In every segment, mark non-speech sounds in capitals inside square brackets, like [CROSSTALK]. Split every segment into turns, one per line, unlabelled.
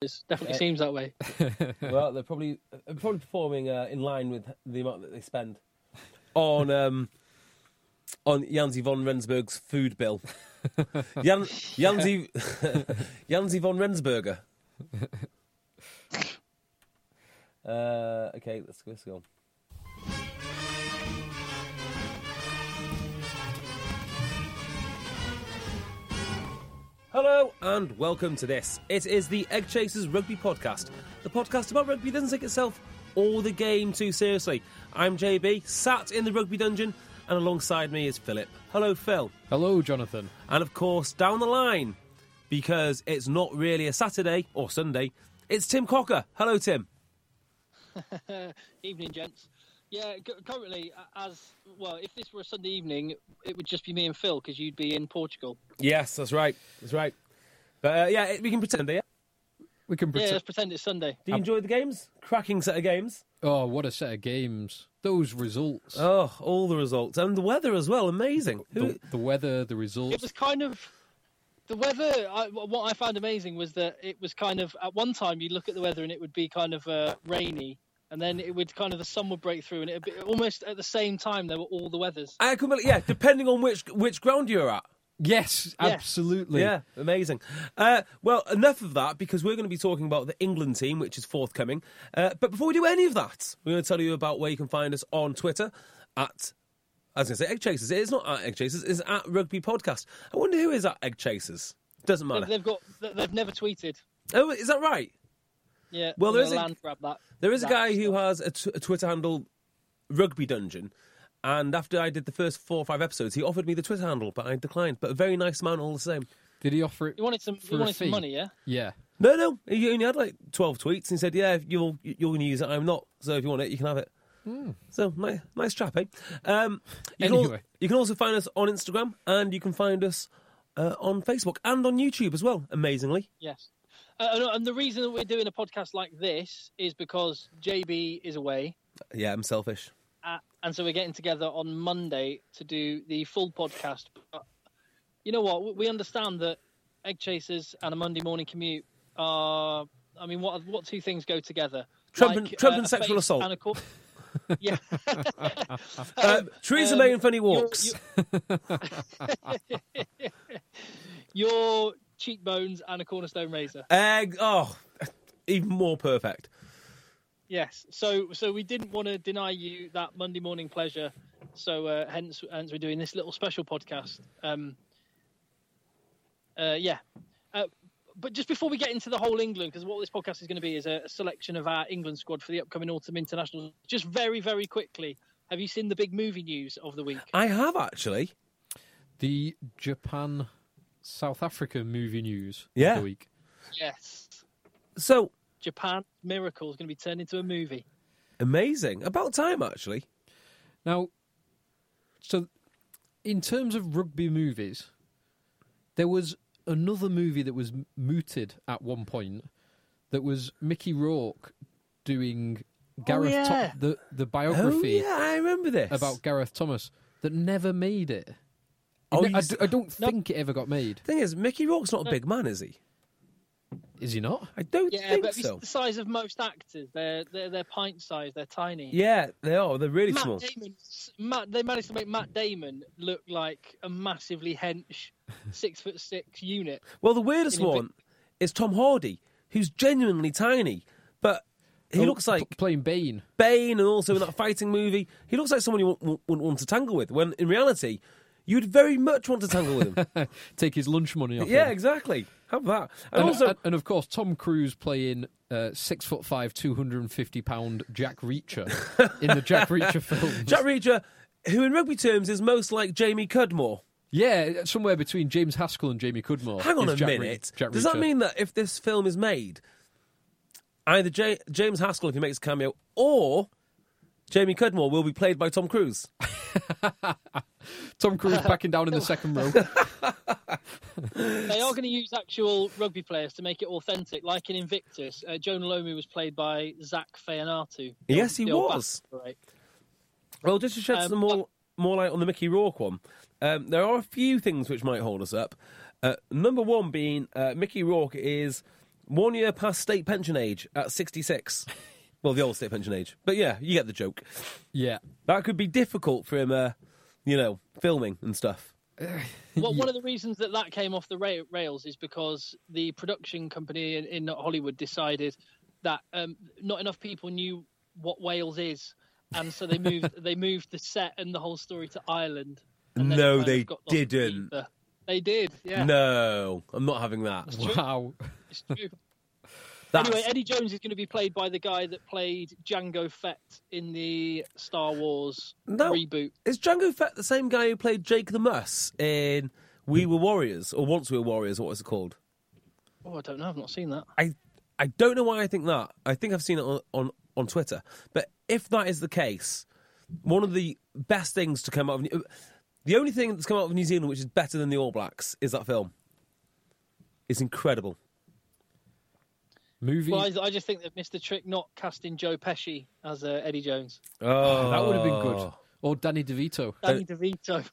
It definitely seems that
[LAUGHS]
way.
well, they're probably they're probably performing uh, in line with the amount that they spend on um, on Janzi von Rensburg's food bill. Jan, [LAUGHS] Janzi Janzi von Rensburger. uh, okay, let's, let's go. Hello and welcome to this. It is the Egg Chasers Rugby Podcast, the podcast about rugby that doesn't take itself or the game too seriously. I'm JB, sat in the rugby dungeon, and alongside me is Philip. Hello, Phil.
Hello, Jonathan.
And of course, down the line, because it's not really a Saturday or Sunday, it's Tim Cocker. Hello, Tim.
evening, gents. Yeah, c- currently, a- as well, if this were a Sunday evening, it would just be me and Phil because you'd be in Portugal.
Yes, that's right. That's right. But uh, yeah, it- we can pretend. Yeah.
We can
Yeah,
pretend.
let's pretend it's Sunday.
Do you enjoy the games? Cracking set of games.
Oh, what a set of games. Those results.
Oh, all the results and the weather as well. Amazing. Who-
the, the weather, the results.
It was kind of the weather. I, what I found amazing was that it was kind of at one time you look at the weather and it would be kind of uh, rainy, and then it would kind of the sun would break through, and it would be almost at the same time there were all the weathers.
I can believe, yeah, depending on which which ground you're at.
yes, absolutely.
Yeah, amazing. Uh, well, enough of that because we're going to be talking about the England team, which is forthcoming. Uh, but before we do any of that, we're going to tell you about where you can find us on Twitter at. I was going to say Egg Chasers. It's not at Egg Chasers. It's at Rugby Podcast. I wonder who is at Egg Chasers. Doesn't
They've,
matter.
they've got they- they've never tweeted.
Oh, is that right?
Yeah,
Well,
I'm gonna
there is a-
land grab that.
There is a
that
guy who
stuff.
has a, t- a Twitter handle, Rugby Dungeon, and after I did the first four or five episodes, he offered me the Twitter handle, but I declined. But a very nice man all the same.
Did he offer it?
He wanted some.
for
He
a
wanted some
fee?
money. Yeah.
Yeah.
No, no, he only had like twelve tweets, and he said, "Yeah, if you'll you're going to use it. I'm not. So if you want it, you can have it." So nice, nice chap, eh? Um, you, can al-
Anyway.
you can also find us on Instagram, and you can find us uh, on Facebook and on YouTube as well. Amazingly,
Yes. Uh, and- and the reason that we're doing a podcast like this is because JB is away,
yeah, I'm selfish.
uh, and so we're getting together on Monday to do the full podcast. But you know what? We- We understand that egg chasers and a Monday morning commute are. I mean, what what two things go together? uh,
Trump and- Trump and
a
sexual
face
assault.
And a cor- [LAUGHS] yeah.
Uh, Theresa
um,
May and funny
your-
walks.
your- your cheekbones and a cornerstone razor.
Egg. Oh, even more perfect.
Yes. So so we didn't want to deny you that Monday morning pleasure. So uh, hence hence we're doing this little special podcast. Um, uh, yeah. Uh, but just before we get into the whole England, because what this podcast is going to be is a, a selection of our England squad for the upcoming autumn internationals. Just very very quickly, have you seen the big movie news of the
[LAUGHS]
week?
I have actually.
The Japan South Africa movie news
Yeah.
of the week.
Yes.
So
Japan miracle is going to be turned into a movie.
amazing. About time, actually.
Now, so in terms of rugby movies, there was another movie that was m- mooted at one point that was Mickey Rourke doing Gareth Tho-
yeah.
the the biography
Oh yeah, I remember this
about Gareth Thomas that never made it.
Oh,
I,
you
I
s-
d- I don't
No.
think it ever got made.
Thing is, Mickey Rourke's not a big man, is he?
Is he not?
I don't
Yeah,
think
but it's
so.
the size of most actors. They're they're, they're pint sized. They're tiny.
Yeah, they are. They're really
Matt
small.
Damon, Matt, they managed to make Matt Damon look like a massively
[LAUGHS]
hench six foot six unit.
Well, the weirdest
In a big-
one is Tom Hardy, who's genuinely tiny, but he
Oh,
looks
p-
like
playing Bane.
Bane, and also in that fighting movie, he looks like someone you wouldn't want, wouldn't want to tangle with. When in reality, you'd very much want to tangle with
[LAUGHS]
him.
[LAUGHS] Take his lunch money off.
yeah,
him.
exactly. Have that. And,
And,
also,
and- and of course, Tom Cruise playing uh, six foot five, two hundred and fifty pound Jack Reacher in the
[LAUGHS]
Jack Reacher film.
Jack Reacher, who in rugby terms is most like Jamie Cudmore.
yeah, somewhere between James Haskell and Jamie Cudmore.
Hang on
is
a
Jack Re-
minute.
Jack
Does that
Reacher.
mean that if this film is made, either J- James Haskell, if he makes a cameo, or Jamie Cudmore will be played by Tom Cruise? [LAUGHS]
Tom Cruise backing down in the second row?
They are going to use actual rugby players to make it authentic, like in Invictus. Uh, Joan Lomu was played by Zach Feyanatu.
Yes, he
The old
was.
bastard, right?
Well, just to shed
Um,
some more more light on the Mickey Rourke one, um, there are a few things which might hold us up. Uh, number one being uh, Mickey Rourke is One year past state pension age
[LAUGHS]
at 66. well, the old state pension age. But yeah, you get the joke.
Yeah.
That could be difficult for him, uh, you know, filming and stuff.
Well, one of the reasons that that came off the ra- rails is because the production company in, in Hollywood decided that um, not enough people knew what Wales is, and so they moved
[LAUGHS]
they moved the set and the whole story to Ireland. and then it
No,
kind of
they
got lost
didn't.
deeper. They did. Yeah,
No, I'm not having that.
true.
Wow.
it's true.
That's,
Anyway, Eddie Jones is going to be played by the guy that played Django Fett in the Star Wars
No.
reboot.
Is Django Fett the same guy who played Jake the Muss in We Were Warriors, or Once We Were Warriors, what was it called?
Oh, I don't know. I've not seen that.
I I don't know why I think that. I think I've seen it on, on, on Twitter. But if that is the case, one of the best things to come out of New- the only thing that's come out of New Zealand which is better than the All Blacks is that film. It's incredible.
Movie.
Well, I, I just think they've missed the trick not casting Joe Pesci as uh, Eddie Jones.
Oh,
that would have been good. Or Danny DeVito. [LAUGHS]
Danny DeVito.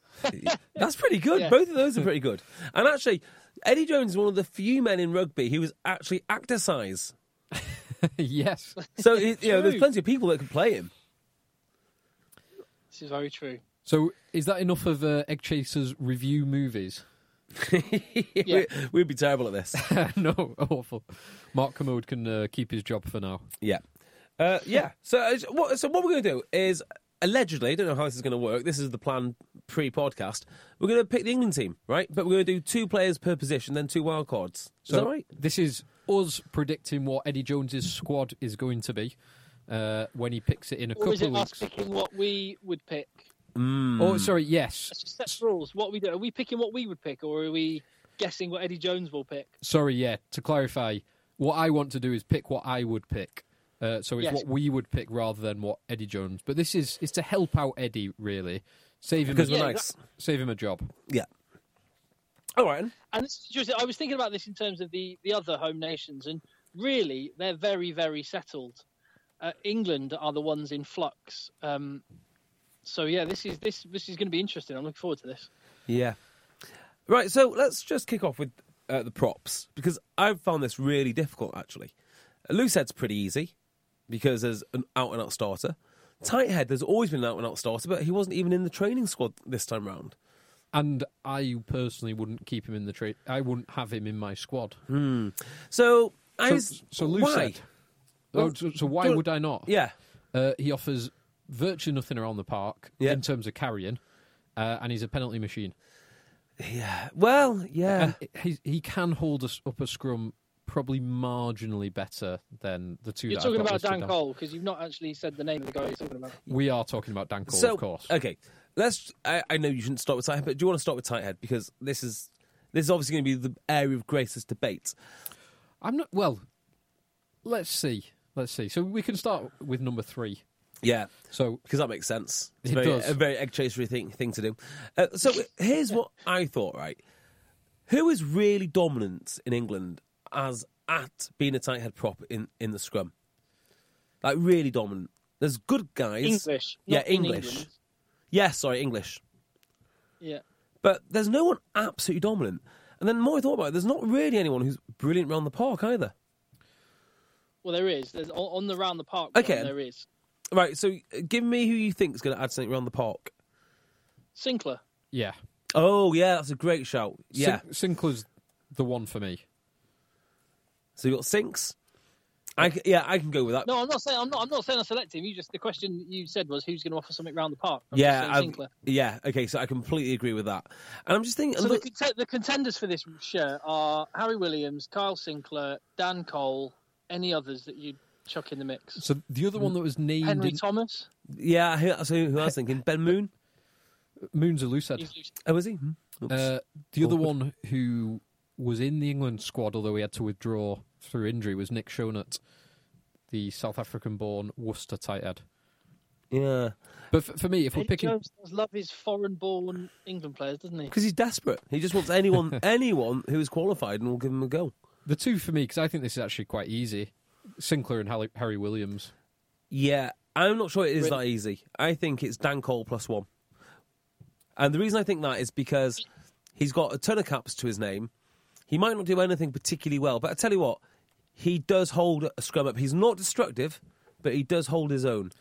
That's pretty good.
Yeah.
Both of those are pretty good. And actually, Eddie Jones is one of the few men in rugby who was actually actor size.
yes.
[LAUGHS]
So it, you know, there's
True.
plenty of people that can play him.
[LAUGHS]
[LAUGHS]
This is very true.
So is that enough of uh, Egg Chaser's review movies?
Yeah.
We- We'd be terrible at this.
[LAUGHS] no, awful. Mark Commode can uh, keep his job for now.
Yeah. Uh, yeah. So, uh, what, so what we're going to do is allegedly, I don't know how this is going to work. This is the plan pre-podcast. We're going to pick the England team, right? But we're going to do two players per position, then two wild cards. Is
So
that right?
this is us predicting what Eddie Jones's squad is going to be uh, when he picks it in a
Or is
couple
it
of
us
weeks.
picking what we would pick?
Hmm.
Oh, sorry, yes.
That's just set rules. What we do? Are we picking what we would pick, or are we guessing what Eddie Jones will pick?
Sorry, yeah. To clarify, what I want to do is pick what I would pick. Uh, so it's
Yes.
what we would pick rather than what Eddie Jones. But this is is to help out Eddie really, save him
Because
a,
we're
Yeah,
nice.
save him a job.
Yeah. All right.
And this is interesting. I was thinking about this in terms of the the other home nations, and really, they're very very settled. Uh, England are the ones in flux. Um, so yeah, this is this this is going to be interesting. I'm looking forward to this.
Yeah. Right, so let's just kick off with uh, the props because I've found this really difficult actually. Loosehead's pretty easy because there's an out and out starter. Tighthead, there's always been an out and out starter, but he wasn't even in the training squad this time round.
And I personally wouldn't keep him in the trade. I wouldn't have him in my squad.
So, I
So,
was.
so
why?
Lucid. Oh, so, so why
don't-
would I not?
Yeah.
Uh, he offers virtually nothing around the park
Yeah.
in terms of carrying, uh, and he's a penalty machine.
Yeah. Well, yeah.
And he, he can hold us up a scrum probably marginally better than the two.
You're
that I've
talking
got
about
listed
Dan
down.
Cole because you've not actually said the name of the guy you're talking about.
We are talking about Dan Cole,
so,
of course.
okay. Let's. I, I know you shouldn't start with Tighthead, but do you want to start with Tighthead? Because this is. This is obviously going to be the area of greatest debate.
I'm not. Well, let's see. Let's see. So we can start with number three.
Yeah.
So
because that makes sense. It's
It
very,
does.
A very egg chasery thing, thing to do. Uh, so here's what I thought. Right, who is really dominant in England as at being a tight head prop in, in the scrum? Like really dominant. There's good guys.
English.
Yeah,
not in
English.
England.
Yeah, sorry, English.
Yeah.
But there's no one absolutely dominant. And then the more I thought about it, there's not really anyone who's brilliant round the park either.
Well, there is. There's on on the round the park.
Okay.
one, there is
Right, so uh, give me who you think's going to add something round the park.
Sinclair.
yeah,
Oh yeah, that's a great shout. Yeah,
Sin- Sinclair's the one for me.
So you got sinks. I c- yeah, I can go with that.
No, I'm not saying I'm not. I'm not saying I select him. You just the question you said was who's going to offer something round the park. I'm just
yeah,
saying
I'm-
Sinclair.
yeah. Okay, so I completely agree with that. And I'm just thinking,
So the,
look,
cont- the contenders for this shirt are Harry Williams, Kyle Sinclair, Dan Cole, any others that you chuck in the mix.
So the other one that was named
Henry
in-
Thomas.
yeah. Who, so who I was thinking, Ben Moon.
Moon's a loose head.
He's loose.
[LAUGHS] Oh, was he? Hmm. Oops.
Uh, the other one who was in the England squad, although he had to withdraw through injury, was Nick Shonut, the South African-born Worcester tight end.
yeah,
But for, for me, if we're
Eddie
picking,
Jones does love his foreign-born England players, doesn't he?
because he's desperate. He just wants [LAUGHS] anyone, anyone who is qualified, and will give him a go.
The two for me, because I think this is actually quite easy. Sinclair and Harry, Harry Williams.
Yeah, I'm not sure it is
Really?
that easy. I think it's Dan Cole plus one. And the reason I think that is because he's got a ton of caps to his name. He might not do anything particularly well, but I tell you what, he does hold a scrum up. He's not destructive, but he does hold his own.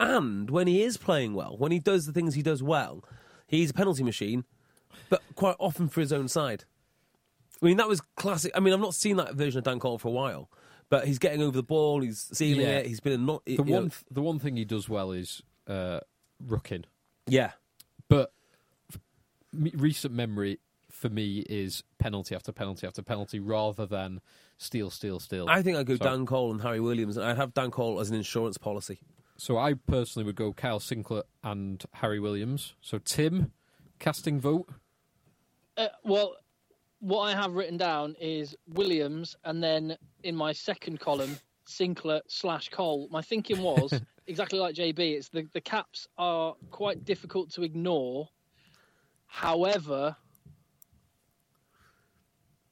And when he is playing well, when he does the things he does well, he's a penalty machine, but quite often for his own side. I mean, that was classic. I mean, I've not seen that version of Dan Cole for a while, but he's getting over the ball, he's sealing
Yeah.
it, he's been a not.
The one, th- the one thing he does well is uh, rucking,
yeah.
but f- me- recent memory for me is penalty after penalty after penalty, rather than steal, steal, steal.
I think I'd go
Sorry.
Dan Cole and Harry Williams, and I'd have Dan Cole as an insurance policy.
So I personally would go Kyle Sinclair and Harry Williams. So Tim, casting vote.
Uh, well, what I have written down is Williams, and then in my second column, Sinclair slash Cole. My thinking was exactly like JB. It's the the caps are quite difficult to ignore. However,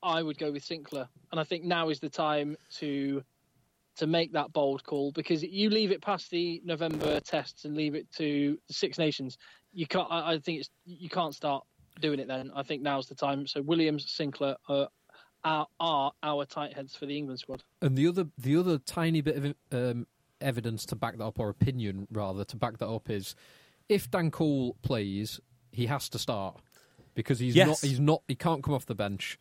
I would go with Sinclair, and I think now is the time to to make that bold call because you leave it past the November tests and leave it to the Six Nations. You can't. I, I think it's you can't start doing it then. I think now's the time. So Williams, Sinclair are, are, are our tight heads for the England squad.
And the other, the other tiny bit of um, evidence to back that up, or opinion rather, to back that up is if Dan Cole plays, he has to start because he's
Yes.
not, he's not, he can't come off the bench.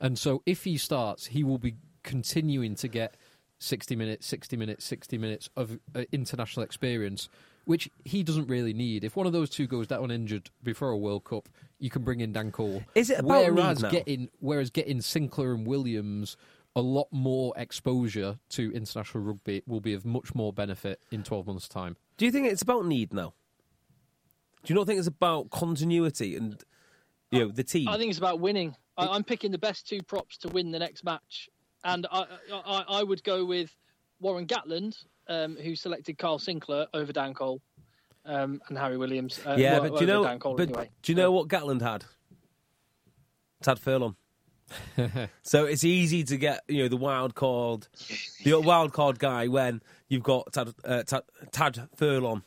And so if he starts, he will be continuing to get sixty minutes, sixty minutes, sixty minutes of uh, international experience, which he doesn't really need. If one of those two goes down injured before a World Cup, you can bring in Dan Cole.
Is it about
whereas
need now?
getting whereas getting Sinclair and Williams a lot more exposure to international rugby will be of much more benefit in 12 months' time.
Do you think it's about need now? Do you not think it's about continuity and you know the team?
I think it's about winning. I, I'm picking the best two props to win the next match, and I I, I would go with Warren Gatland, um, who selected Carl Sinclair over Dan Cole um, and Harry Williams. Uh,
yeah,
well,
but do you
over
know?
Dan Cole
but
anyway.
do you know what Gatland had?
[LAUGHS]
Tad Furlong. so it's easy to get you know the wild card, the wild card guy when you've got Tad uh, Tad, Tad Furlong.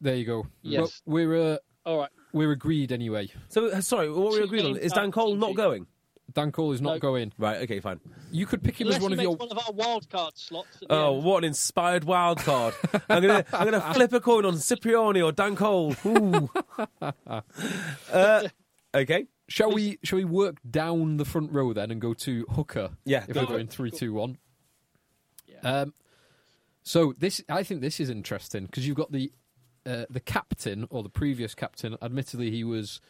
There you go.
Yes.
Well, we're uh,
All right.
we're agreed anyway.
So uh, sorry, what we
Two
agreed on
games
is
out,
Dan Cole
two
not
feet.
going.
Dan Cole is not
No.
going.
Right, okay, fine.
You could pick him
Unless
as one
he
of
makes
your.
one of our wild card slots. At the
Oh,
end.
what an inspired wild card! I'm gonna I'm gonna flip a coin on Cipriani or Dan Cole. Ooh. uh, okay.
Shall we? Shall we work down the front row then and go to Hooker?
Yeah,
If
go
we're
for
going
it.
three, two, one.
Yeah.
Um, so this, I think this is interesting because you've got the uh, the captain or the previous captain. Admittedly, he was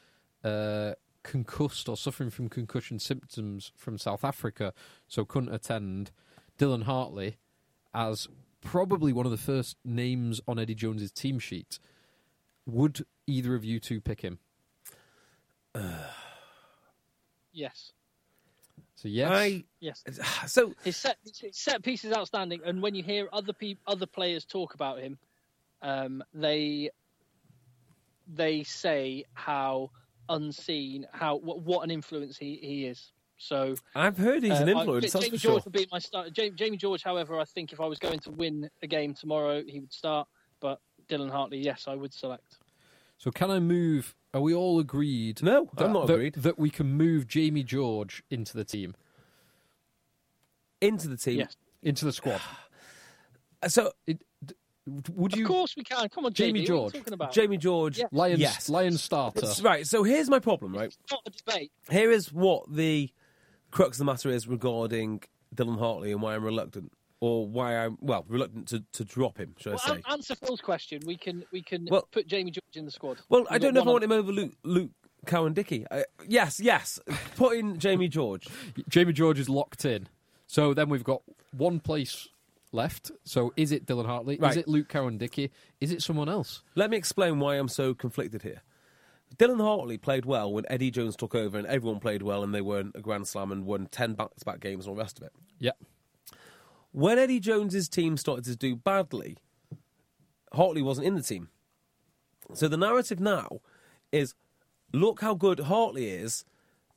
uh, concussed or suffering from concussion symptoms from South Africa, so couldn't attend. Dylan Hartley as probably one of the first names on Eddie Jones's team sheet. Would either of you two pick him?
Yes.
So yes,
I
Yes.
so
His set his set piece is outstanding, and when you hear other peop other players talk about him, um, they they say how unseen, how what, what an influence he, he is. So
I've heard he's
uh,
an
I-
influence. that's
Jamie
for
George
sure.
would be my start. Jamie, Jamie George, however, I think if I was going to win a game tomorrow, he would start. But Dylan Hartley, yes, I would select.
so can I move? Are we all agreed?
No, I'm not
that,
agreed.
that we can move Jamie George into the team,
Into the team. Uh,
Yes,
into
[SIGHS]
the squad.
So
It, d- would
of
you
course we can. Come on, JB, what are
Jamie
you
George.
talking about?
Jamie George.
Yeah.
Lions
Yes.
Lion starter?
It's- Right. So here's my problem. Right.
It's not a debate.
Here is what the crux of the matter is regarding Dylan Hartley and why I'm reluctant, or why I'm well reluctant to, to drop him. Should I
Well,
say?
an- answer Phil's question. We can we can
Well-
put Jamie George in the squad.
Well,
We've
I
got
don't know if I
one
want him over Luke Luke Cowan Dickey. I, yes, yes. Put in Jamie George.
Jamie George is locked in. So then we've got one place left. So is it Dylan Hartley? Is
Right.
it Luke Cowan Dickey? Is it someone else?
Let me explain why I'm so conflicted here. Dylan Hartley played well when Eddie Jones took over, and everyone played well, and they won a Grand Slam and won ten back-to-back games and all the rest of it.
Yeah.
When Eddie Jones's team started to do badly, Hartley wasn't in the team. So the narrative now is look how good Hartley is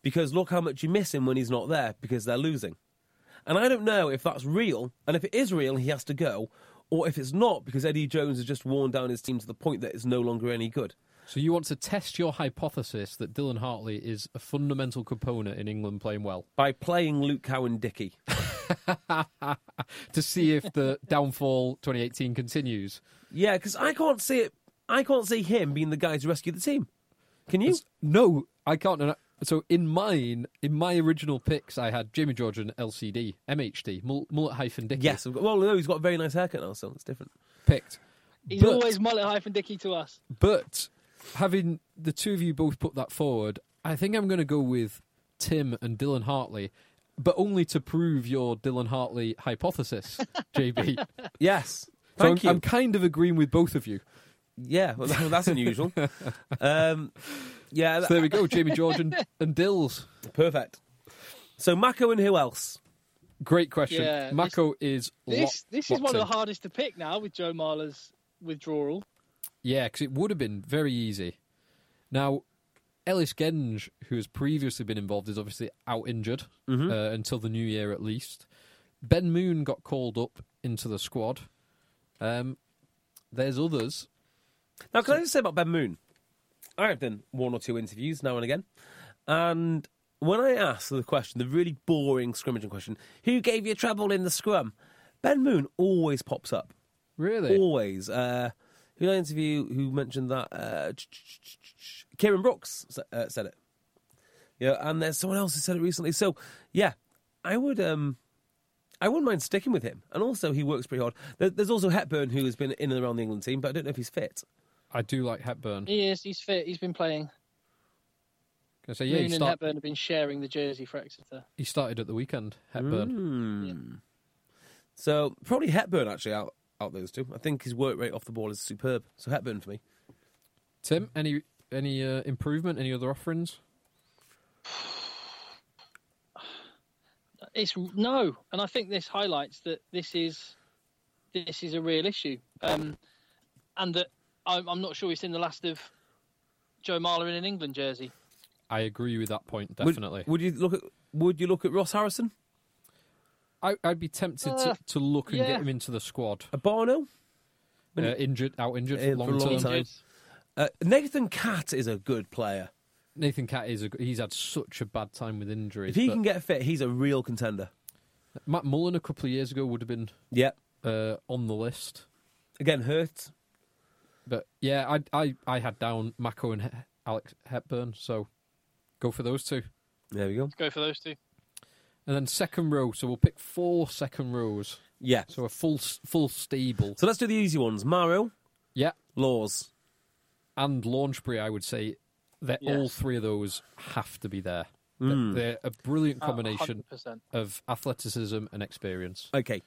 because look how much you miss him when he's not there because they're losing. And I don't know if that's real, and if it is real, he has to go, or if it's not because Eddie Jones has just worn down his team to the point that it's no longer any good.
So you want to test your hypothesis that Dylan Hartley is a fundamental component in England playing well?
By playing Luke Cowan Dickey.
to see if the [LAUGHS] downfall 2018 continues.
[LAUGHS] Yeah, because I can't see it. I can't see him being the guy to rescue the team. Can you?
No, I can't. and I- So in mine, in my original picks, I had Jamie Georgian, LCD, MHD, Mul- mullet hyphen Dicky
Yes. I've got- Well, no, he's got a very nice haircut now, so it's different.
picked.
He's
But-
always mullet hyphen Dicky to us.
But having the two of you both put that forward, I think I'm going to go with Tim and Dylan Hartley, but only to prove your Dylan Hartley
[LAUGHS]
hypothesis, JB. so
Yes.
I'm,
Thank you.
I'm kind of agreeing with both of you.
Yeah, well, [LAUGHS] that- that's unusual. um, yeah,
So there we go, Jamie Georgian and Dills.
perfect. So Mako and who else?
Great question.
Yeah, this-
Mako is
This
locked-
this is one
locked
of the
in.
hardest to pick now with Joe Marler's withdrawal.
Yeah, because it would have been very easy. Now, Ellis Genge, who has previously been involved, is obviously out injured
Mm-hmm.
uh, until the new year at least. Ben Moon got called up into the squad. Um, there's others.
Now, can I just say about Ben Moon? I have done one or two interviews now and again, and when I asked the question, the really boring scrimmaging question, "Who gave you trouble in the scrum?" Ben Moon always pops up.
Really?
Always. Uh, who did I interview who mentioned that? Uh, ch- ch- ch- ch- ch- Kieran Brooks s- uh, said it. Yeah, and there's someone else who said it recently. So, yeah, I would. Um, I wouldn't mind sticking with him. And also, he works pretty hard. There- There's also Hepburn, who has been in and around the England team, but I don't know if he's fit.
I do like Hepburn.
He is. He's fit. He's been playing.
Can I say, yeah, he,
Moon and
start-
Hepburn have been sharing the jersey for Exeter.
he started at the weekend, Hepburn.
Mm. Hmm. So, probably Hepburn, actually, out, out those two. I think his work rate off the ball is superb. So, Hepburn for me.
Tim, any any uh, improvement? Any other offerings?
It's no, and I think this highlights that this is this is a real issue, um, and that I'm, I'm not sure we've seen the last of Joe Marler in an England jersey.
I agree with that point,
Would-
definitely.
Would, you look at Would you look at Ross Harrison?
I, I'd be tempted
Uh,
to, to look and
yeah.
get him into the squad.
A Barno?
Uh, injured, out injured
Yeah,
for long
for a long
term.
time.
Injured.
Uh, Nathan Cat is a good player.
Nathan Cat is a, g- he's had such a bad time with injuries.
If he
but
can get fit, he's a real contender.
Matt Mullen a couple of years ago would have been
Yeah.
uh, on the list,
Again, Hurt.
but yeah, I I, I had down Mako and he- Alex Hepburn, so go for those two.
There we go.
Go for those two.
And then second row, so we'll pick four second rows,
Yeah.
so a full s- full stable.
So let's do the easy ones. Mario,
Yeah,
Laws.
and Launchbury, I would say that
Yeah.
all three of those have to be there. They're-
Hmm.
They're a brilliant
Uh,
combination
Uh, 100%.
of athleticism and experience.
Okay.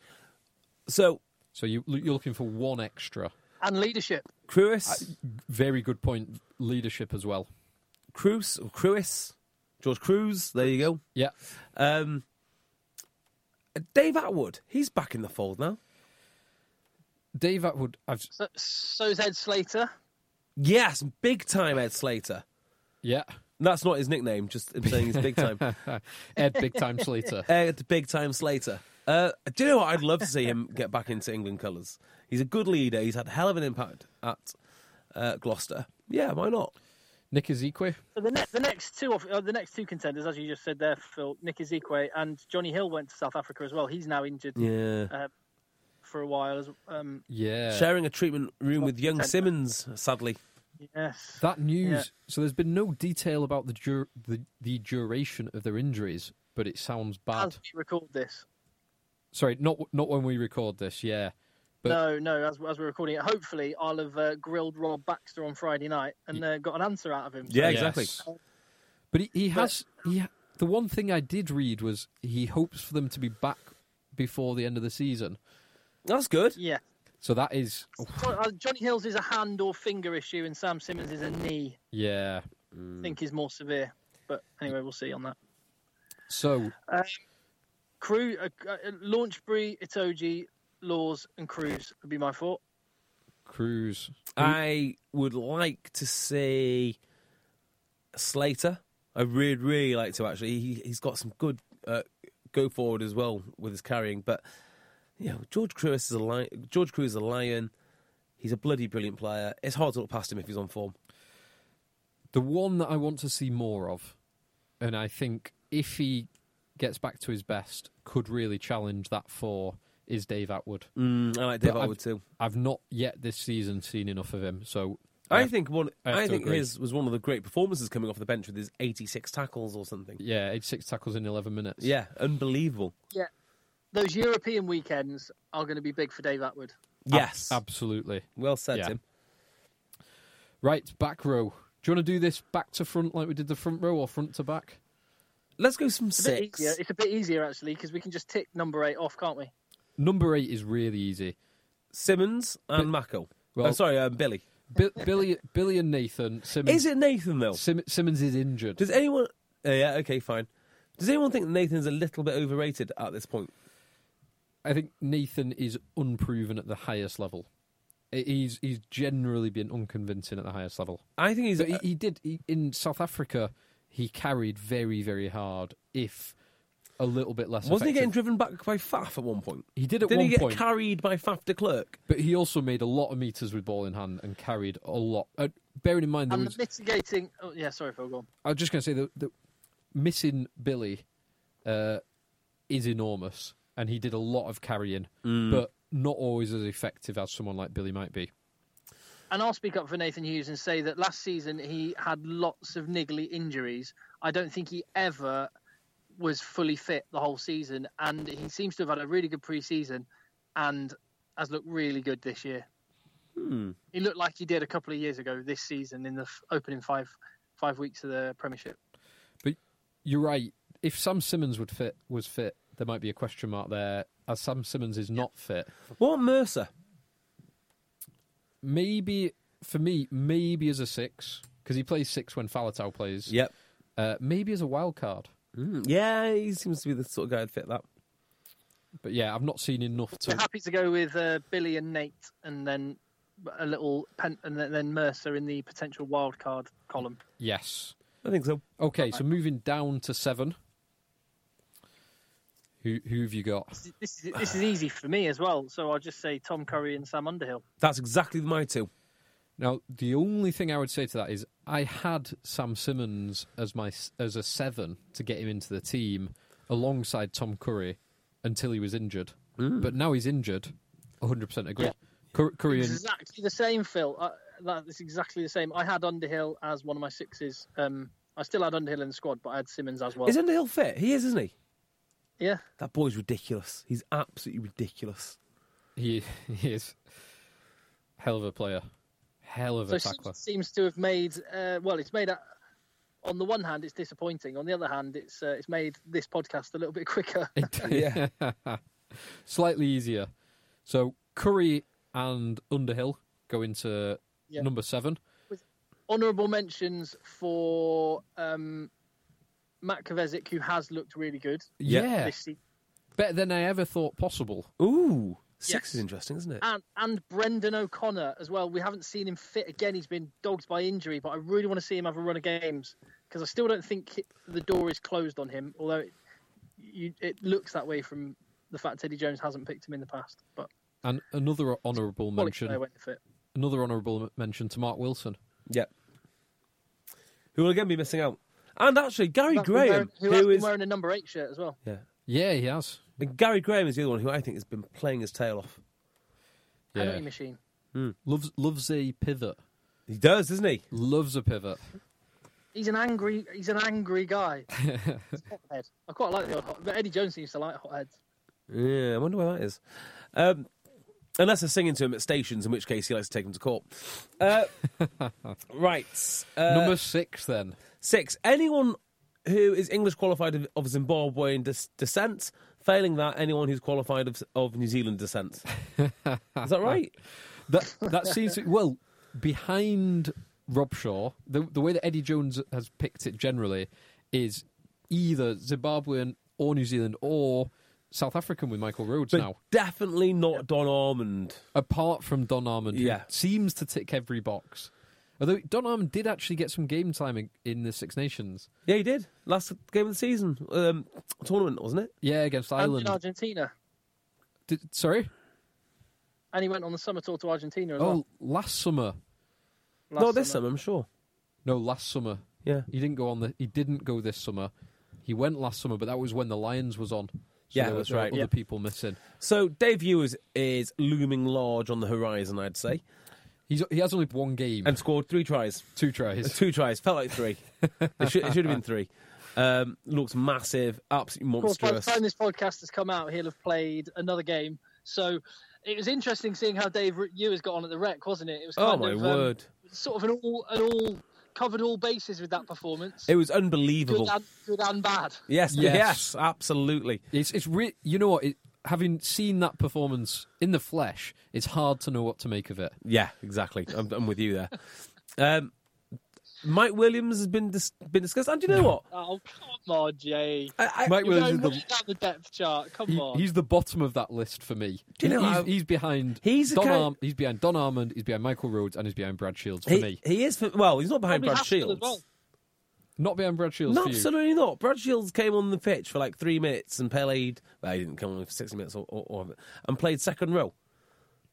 So,
So you you're looking for one extra.
and leadership.
Cruis,
Very good point. Leadership as well.
Cruis, or Cruis, George Cruz. There you go.
Yeah.
Um, Dave Atwood, he's back in the fold now.
Dave Atwood, I've,
So, so's Ed Slater.
Yes, big time Ed Slater.
yeah.
That's not his nickname, just him saying he's big [LAUGHS] time.
Ed Big Time [LAUGHS] Slater.
Ed Big Time Slater. Uh, do you know what? I'd love to see him get back into England colours. He's a good leader. He's had a hell of an impact at uh, Gloucester. Yeah, why not?
Nick Ezekwe.
So the, ne- the next two of uh, the next two contenders, as you just said there, Phil, Nick Ezekwe and Johnny Hill went to South Africa as well. He's now injured uh,
Yeah.
for a while. As, um,
Yeah.
Sharing a treatment room with young Simmons, sadly.
yes,
That news.
Yeah.
So there's been no detail about the, dur- the the duration of their injuries, but it sounds bad.
as we record this,
Sorry, not not when we record this. Yeah. But-
no, no, as, as we're recording it, hopefully I'll have uh, grilled Rob Baxter on Friday night and uh, got an answer out of him.
Yeah, exactly.
Yes. But he, he has. He, ha- the one thing I did read was he hopes for them to be back before the end of the season.
That's good.
yeah.
So that is.
Jo- uh, Johnny Hill's is a hand or finger issue, and Sam Simmons is a knee.
Yeah.
I think is more severe, but anyway, we'll see on that.
So
Crew, uh, uh, Launchbury, Itoji, Laws, and Cruz would be my thought.
Cruz.
I would like to see Slater. I really, really like to actually. He, he's got some good uh, go forward as well with his carrying. But you know, George Cruz is a lion. George Cruz is a lion. He's a bloody brilliant player. It's hard to look past him if he's on form.
The one that I want to see more of, and I think if he gets back to his best could really challenge that for is Dave Atwood.
Mm, I like Dave
But I've-
Atwood too.
I've not yet this season seen enough of him, so
I,
have-
think one.
I have
I,
to
think
agree.
his was one of the great performances coming off the bench with his 86 tackles or something.
yeah, eight six tackles in eleven minutes.
Yeah, unbelievable.
Those European weekends are going to be big for Dave Atwood.
Ab-
Yes,
absolutely.
well said,
yeah.
Tim.
Right, back row. Do you want to do this back to front like we did the front row or front to back?
Let's go some
It's a bit
six.
easier. It's a bit easier actually because we can just tick number eight off, can't we?
Number eight is really easy.
Simmons and Mako.
well-
I'm sorry, um, Billy.
Bi- Billy, Billy and Nathan Simmons.
Is it Nathan though?
Sim- Simmons is injured.
Does anyone? Uh, yeah, okay, fine. Does anyone think Nathan's a little bit overrated at this point?
I think Nathan is unproven at the highest level. I- He's he's generally been unconvincing at the highest level.
I think he's. uh,
But he, he did he, in South Africa. He carried very very hard, if a little bit less.
wasn't he getting
effective.
driven back by Faf at one point?
He did at
Didn't
one
he get
point,
carried by Faf de Klerk?
but he also made a lot of meters with ball in hand and carried a lot. Uh, bearing in mind, there
And
was
the mitigating. Oh, yeah, sorry, Phil. Go on.
I was just going to say that, that missing Billy uh, is enormous, and he did a lot of carrying,
Mm.
but not always as effective as someone like Billy might be.
And I'll speak up for Nathan Hughes and say that last season he had lots of niggly injuries. I don't think he ever was fully fit the whole season, and he seems to have had a really good preseason, and has looked really good this year. He looked like he did a couple of years ago this season in the f- opening five five weeks of the Premiership.
You're right. If Sam Simmons would fit was fit, there might be a question mark there. As Sam Simmons is not fit,
What about Mercer?
maybe for me, maybe as a six because he plays six when Falatau plays.
Yep.
Uh, maybe as a wild card,
Mm, yeah, he seems to be the sort of guy who'd fit that.
but yeah, I've not seen enough
So
to.
[LAUGHS] happy to go with uh, Billy and Nate, and then a little pen- and then- then Mercer in the potential wild card column.
Yes.
I think so.
Okay, so moving down to seven. Who who have you got?
This is, this is easy for me as well, so I'll just say Tom Curry and Sam Underhill.
That's exactly my two.
Now, the only thing I would say to that is I had Sam Simmons as my s- as a seven to get him into the team alongside Tom Curry until he was injured,
Mm.
but now he's injured. 100 percent agree. Cur- Curry and
Exactly the same, Phil. Uh, that is exactly the same. I had Underhill as one of my sixes. Um, I still had Underhill in the squad, but I had Simmons as well.
Is Underhill fit? He is, isn't he?
Yeah,
That boy's ridiculous. He's absolutely
[LAUGHS]
ridiculous.
he, he is hell of a player, hell of
so
a
Simmons
tackler.
seems to have made. Uh, well, it's made. A, on the one hand, it's disappointing. On the other hand, it's uh, it's made this podcast a little bit quicker. [LAUGHS]
Yeah.
slightly easier. So Curry and Underhill go into
Yeah.
number seven.
Honourable mentions for um, Matt Kovezic, who has looked really good
Yeah.
this season.
better than I ever thought possible.
Ooh, six
Yes.
is interesting, isn't it?
and and Brendan O'Connor as well. We haven't seen him fit again. He's been dogged by injury, but I really want to see him have a run of games because I still don't think the door is closed on him. Although it, you, it looks that way from the fact Teddy Jones hasn't picked him in the past. But
And another honourable
quality player
mention,
when fit.
another honourable mention to Mark Wilson.
Yep. Who will again be missing out? And actually, Gary
That's been
Graham,
wearing- who has
who
been
is
wearing a number eight shirt as well.
yeah,
Yeah, he has.
and Gary Graham is the other one who I think has been playing his tail off.
Penalty
Yeah,
machine.
loves loves a pivot.
He does, doesn't he?
Loves a pivot.
He's an angry. He's an angry guy.
[LAUGHS]
He's a hothead. I quite like the odd hot. But Eddie Jones seems to like hotheads.
Yeah, I wonder where that is. Um, unless they're singing to him at stations, in which case he likes to take them to court. Uh, right. Uh,
Number six, then.
six. Anyone who is English qualified of, of Zimbabwean des- descent, failing that, anyone who's qualified of, of New Zealand descent. is that right?
That that seems to, well behind Rob Shaw. The the way that Eddie Jones has picked it generally is either Zimbabwean or New Zealand or South African with Michael Rhodes
But
now.
definitely not Don Armand.
Apart from Don Armand, who
Yeah.
seems to tick every box. Although Don Armand did actually get some game time in, in the Six Nations.
Yeah, he did. Last game of the season. Um, tournament, wasn't it?
Yeah, against
And in
Ireland.
Argentina.
Did, sorry?
And he went on the summer tour to Argentina as well.
Oh, last summer.
last
not this summer, I'm sure.
No, last summer.
Yeah.
He didn't go on the. He didn't go this summer. He went last summer, but that was when the Lions was on. So
Yeah,
there were-
that's
there were
right.
Other
Yeah.
people missing.
So Dave Ewers is looming large on the horizon, I'd say,
He's he has only one game
and scored three tries.
two tries.
Two tries felt like three. it, should, it should have been three. Um, looks massive, absolutely
Of course, by the
monstrous.
time this podcast has come out, he'll have played another game. So it was interesting seeing how Dave Ewers got on at the wreck, wasn't it? It was
Oh
kind
my
of, um,
word!
sort of an all, an all covered all bases with that performance.
It was
good,
unbelievable.
and, good and bad.
Yes, yes,
Yes.
absolutely.
It's it's re- you know what it, having seen that performance in the flesh, it's hard to know what to make of it.
Yeah, exactly. I'm, I'm with you there. Um, Mike Williams has been dis- been discussed, and do you know what?
Oh come on, Jay.
I, I,
Mike
You're
Williams
going way
is the
down the depth chart. Come
He-
on.
he's the bottom of that list for me.
Do you know,
he's,
I-
he's behind.
He's the
Don
kind-
Arm, He's behind Don Armand. He's behind Michael Rhodes, and he's behind Brad Shields for
he,
me.
he is well. He's not behind
Probably
Brad
Haskell as
Shields.
well.
Not behind Brad Shields.
No,
for you.
absolutely not. Brad Shields came on the pitch for like three minutes and played. Well, he didn't come on for sixty minutes or, or, or and played second row.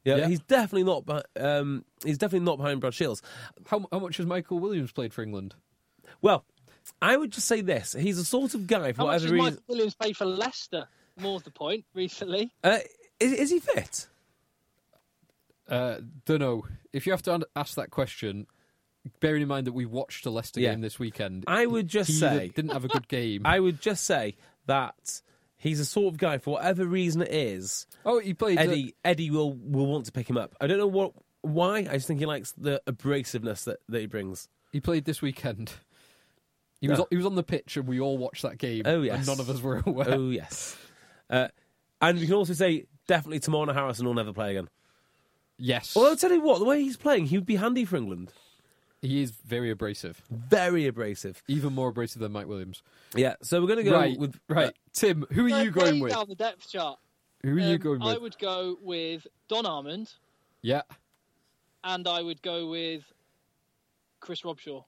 Yeah,
Yeah.
he's definitely not. beh- Um, he's definitely not behind Brad Shields.
How, how much has Michael Williams played for England?
Well, I would just say this: he's the sort of guy for
How much
whatever
has
reason.
Michael Williams played for Leicester? More's the point. Recently,
Uh, is, is he fit?
Uh, don't know. If you have to an- ask that question, bearing in mind that we watched a Leicester
Yeah.
game this weekend,
I would just
he
say.
didn't have
[LAUGHS]
a good game.
I would just say that he's the sort of guy for whatever reason it is.
oh, he played. uh,
Eddie Eddie will will want to pick him up. I don't know what why. I just think he likes the abrasiveness that, that he brings.
he played this weekend. [LAUGHS] He was
No.
on- he was on the pitch, and we all watched that game.
Oh,
and
yes.
none of us were aware.
Oh yes, uh, and we can also say definitely Tamona Harrison will never play again.
Yes,
Although I'll tell you what, the way he's playing, he would be handy for England.
he is very abrasive,
Very abrasive.
even more abrasive than Mike Williams.
Yeah. So we're going to go
right,
with uh,
right. Tim, who are
Way
you going with?
down the depth chart?
Who are you
Um,
going
I
with?
would go with Don Armand,
Yeah,
and I would go with Chris Robshaw.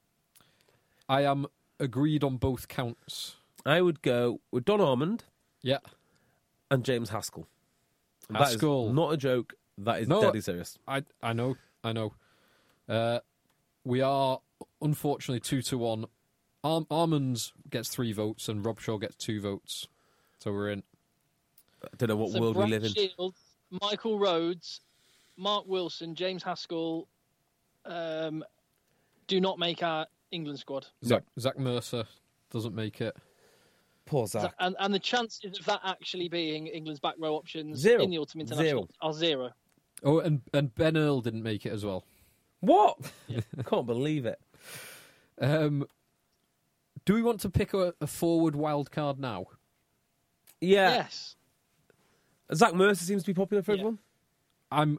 I am agreed on both counts.
I would go with Don Armand
Yeah,
and James Haskell. And That
Haskell.
is not a joke. That is
No,
deadly serious.
I I know, I know. Uh, we are unfortunately two to one. Arm Armands gets three votes and Robshaw gets two votes, so we're in.
I don't know what
so
world
Brad
we live in.
Shields, Michael Rhodes, Mark Wilson, James Haskell, um, do not make our England squad.
No.
Zach Mercer doesn't make it.
Poor Zach.
And, and the chances of that actually being England's back row options
Zero.
in the Autumn International
Zero.
are zero.
Oh, and and Ben Earl didn't make it as well.
What? [LAUGHS] I can't believe it.
Um, do we want to pick a, a forward wild card now?
Yeah.
Yes.
Zach Mercer seems to be popular for
Yeah.
everyone. Mm.
I'm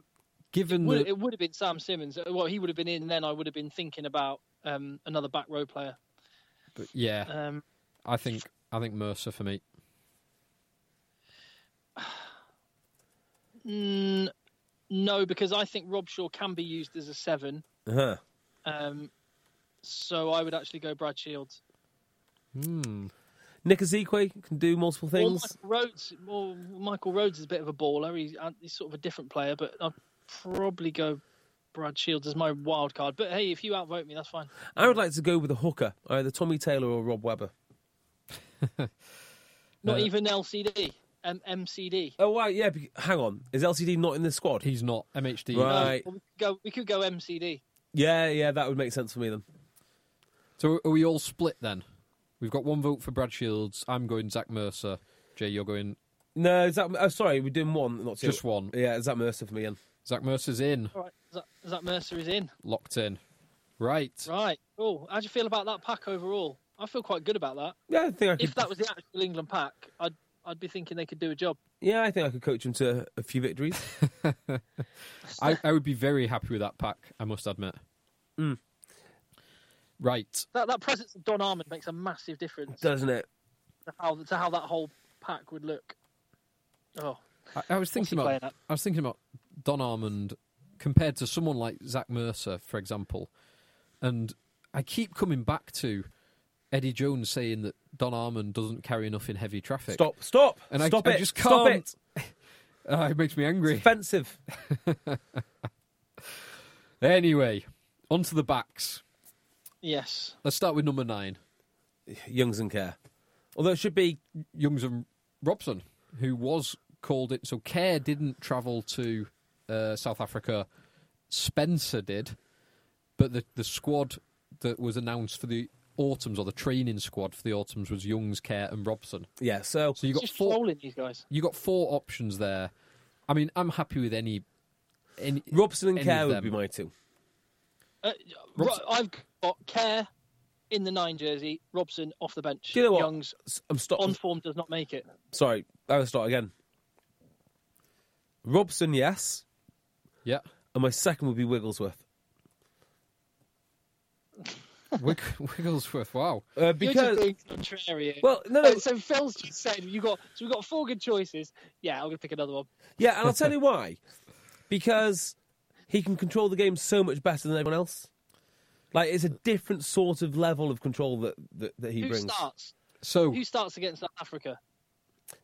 given
Would,
that
It would have been Sam Simmons. Well, he would have been in then. I would have been thinking about um, another back row player.
yeah,
Um,
I think I think Mercer for me.
mm, no, because I think Robshaw can be used as a seven.
Uh-huh.
Um, so I would actually go Brad Shields.
Hmm.
Nick Ezekwe can do multiple
Or
things.
Michael Rhodes. Or Michael Rhodes is a bit of a baller. He's, uh, he's sort of a different player, but I'd probably go Brad Shields as my wild card. But hey, if you outvote me, that's fine.
I would like to go with a hooker, either Tommy Taylor or Rob Webber.
Not
Uh,
even LCD. Um, MCD.
Oh, wow, yeah. bec- Hang on. Is LCD not in this squad?
He's not MHD.
No,
Right.
we, could go, we could go MCD.
Yeah, yeah, that would make sense for me then.
So are we all split then? We've got one vote for Brad Shields. I'm going Zach Mercer. Jay, you're going
No, Zach. Oh, sorry, we're doing one, not two.
just one.
Yeah, Zach Mercer for me then.
Zach Mercer's in,
All right, Zach, Zach Mercer is in.
locked in. Right.
Right. Cool. How do you feel about that pack overall? I feel quite good about that.
Yeah, I think I could.
If that was the actual England pack, I'd I'd be thinking they could do a job.
Yeah, I think I could coach him to a few victories.
I, I would be very happy with that pack, I must admit.
Hmm.
Mm.
Right.
That that presence of Don Armand makes a massive difference to
Doesn't it?
how to how that whole pack would look. Oh,
I, I was
What's he
thinking about
playing at?
I was thinking about Don Armand compared to someone like Zach Mercer, for example. And I keep coming back to Eddie Jones saying that Don Armand doesn't carry enough in heavy traffic.
Stop, stop.
And I-
stop
I
it.
just
Stop
can't.
it.
[LAUGHS] Ah, it makes me angry.
Offensive.
Anyway, onto the backs.
yes.
Let's start with number nine.
Youngs and Care. Although it should be
Youngs and Robson, who was called it. So Kerr didn't travel to uh, South Africa. Spencer did, but the the squad that was announced for the autumns or the training squad for the autumns was Youngs, Kerr, and Robson.
yeah. So
So you got
Just
four.
trolling these guys.
You got four options there. I mean, I'm happy with any. any
Robson and
any of
Kerr would
them.
be my two.
Uh,
Robson-
Ro- I've got Care in the nine jersey, Robson off the bench.
Do you know what?
Youngs
S- I'm stopped.
on form does not make it.
Sorry, I'll start again. Robson, yes, [LAUGHS]
Yeah,
and my second would be Wigglesworth
Wig- Wigglesworth. Wow.
uh,
You're
because
just being contrarian.
well,
[LAUGHS]
no, no,
Oh, so Phil's just said you got so we have got four good choices. Yeah, I'm gonna pick another one.
yeah, and I'll tell you why. Because he can control the game so much better than everyone else. Like it's a different sort of level of control that that, that he
Who
brings.
starts?
So
Who starts against South Africa?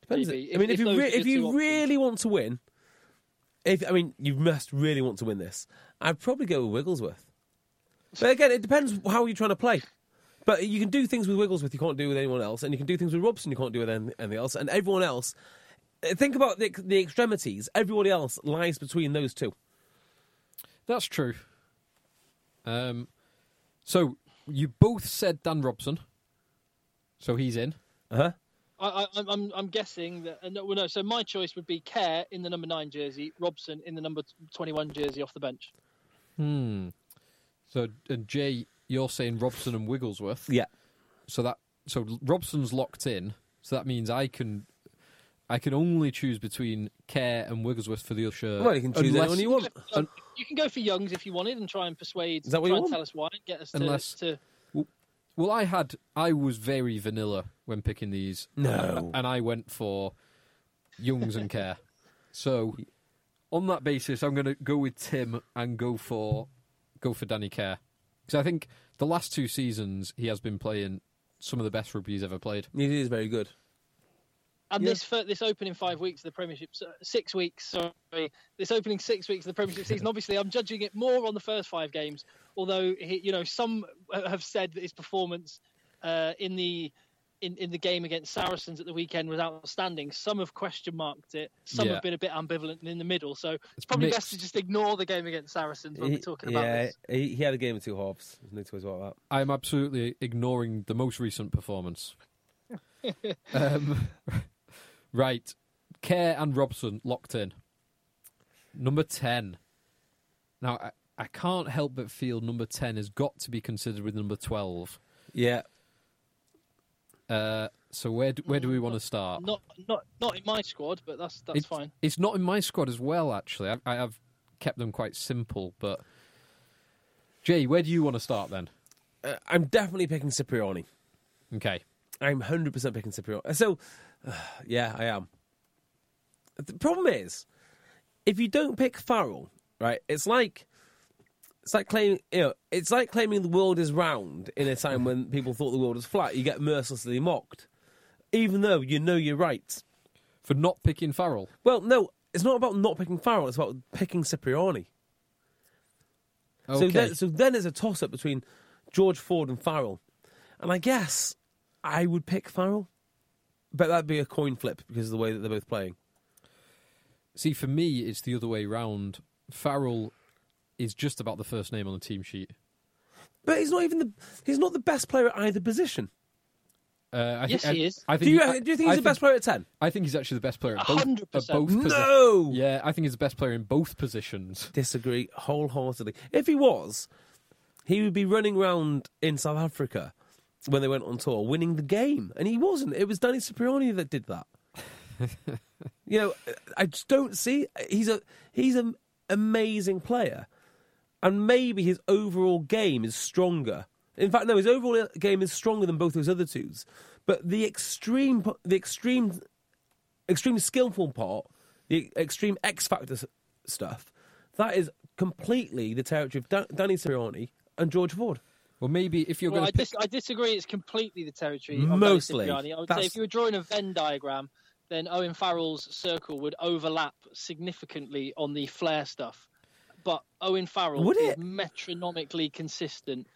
Depends.
Maybe,
I mean, if,
if- if
you
those
re-
are your
if
two
you
options.
really want to win, if I mean you must really want to win this, I'd probably go with Wigglesworth. But again, it depends how you're trying to play. But you can do things with Wigglesworth you can't do with anyone else, and you can do things with Robson you can't do with any- anything else, and everyone else. uh, Think about the, the extremities. Everybody else lies between those two.
That's true. Um, so you both said Dan Robson, so he's in.
Uh huh.
I, I, I'm I'm guessing that uh, no, well, no. So my choice would be Kerr in the number nine jersey, Robson in the number t- 21 jersey off the bench.
Hmm. So and Jay, you're saying Robson and Wigglesworth.
Yeah.
So that so Robson's locked in. So that means I can, I can only choose between Kerr and Wigglesworth for the usher.
Well, you can choose
unless,
anyone you want.
Um, you can go for Youngs if you wanted and try and persuade.
Is that what
try
you
and
want?
tell us why? and Get us to,
Unless-
to
Well, I had I was very vanilla when picking these.
No.
and I went for Youngs and Care. So on that basis, I'm going to go with Tim and go for go for Danny Care because I think the last two seasons he has been playing some of the best rugby he's ever played.
He is very good.
and
Yeah.
this fir- this opening five weeks of the Premiership, so- six weeks. Sorry, this opening six weeks of the Premiership season. Obviously, I'm judging it more on the first five games. Although he, you know, some uh, have said that his performance uh, in the in, in the game against Saracens at the weekend was outstanding. Some have question marked it. Some
Yeah.
have been a bit ambivalent and in the middle. So it's probably best to
mixed.
just ignore the game against Saracens when we're
He-
talking about
yeah,
this.
he, he had a game of two halves. There's no two ways about
I am absolutely ignoring the most
[LAUGHS]
recent performance. um, [LAUGHS] right, Kerr and Robson locked in. Number ten. Now I, I can't help but feel number ten has got to be considered with number twelve.
that. Yeah.
Uh, so where do, where do we want to
Uh,
start?
Not not not in my squad, but that's Mm. that's
It's-
fine.
It's not in my squad as well. Actually, I, I have kept them quite simple. But Jay, where do you want to start then?
Uh, I'm definitely picking Cipriani.
Okay,
I'm 100% picking Cipriani. So, [SIGHS] yeah, I am. The problem is, if you don't pick Farrell, right, it's like. It's like claiming, you know, it's like claiming the world is round in a time when people thought the world was flat. You get mercilessly mocked, even though you know you're right.
for not picking Farrell.
Well, no, it's not about not picking Farrell. It's about picking Cipriani.
Okay,
So then, so then it's a toss up between George Ford and Farrell. And I guess I would pick Farrell. But that'd be a coin flip because of the way that they're both playing.
See, for me, it's the other way round. Farrell is just about the first name on the team sheet.
But he's not even the he's not the best player at either position.
Uh, I
Yes,
think,
he
I,
is.
I
Do
think
you uh,
I-
do you think he's
I
the best player at ten?
I think he's actually the best player at
A
both,
hundred
at
percent.
both positions.
No.
Yeah, I think he's the best player in both positions.
Disagree wholeheartedly. If he was, he would be running round in South Africa when they went on tour, winning the game. And he wasn't. It was Danny Cipriani that did that. you know, I just don't see. He's a he's an amazing player, and maybe his overall game is stronger. In fact, no, his overall game is stronger than both those other twos. But the extreme, p- the extreme, extreme skillful part, the extreme X factor s- stuff, that is completely the territory of Dan- Danny Sirianni and George Ford.
Well, maybe if you're
Well,
going
I,
to pick,
dis- I disagree. It's completely the territory. Of
Mostly.
Mostly, I would
That's-
say if you were drawing a Venn diagram, then Owen Farrell's circle would overlap significantly on the flare stuff. But Owen Farrell
Would
is
it?
metronomically consistent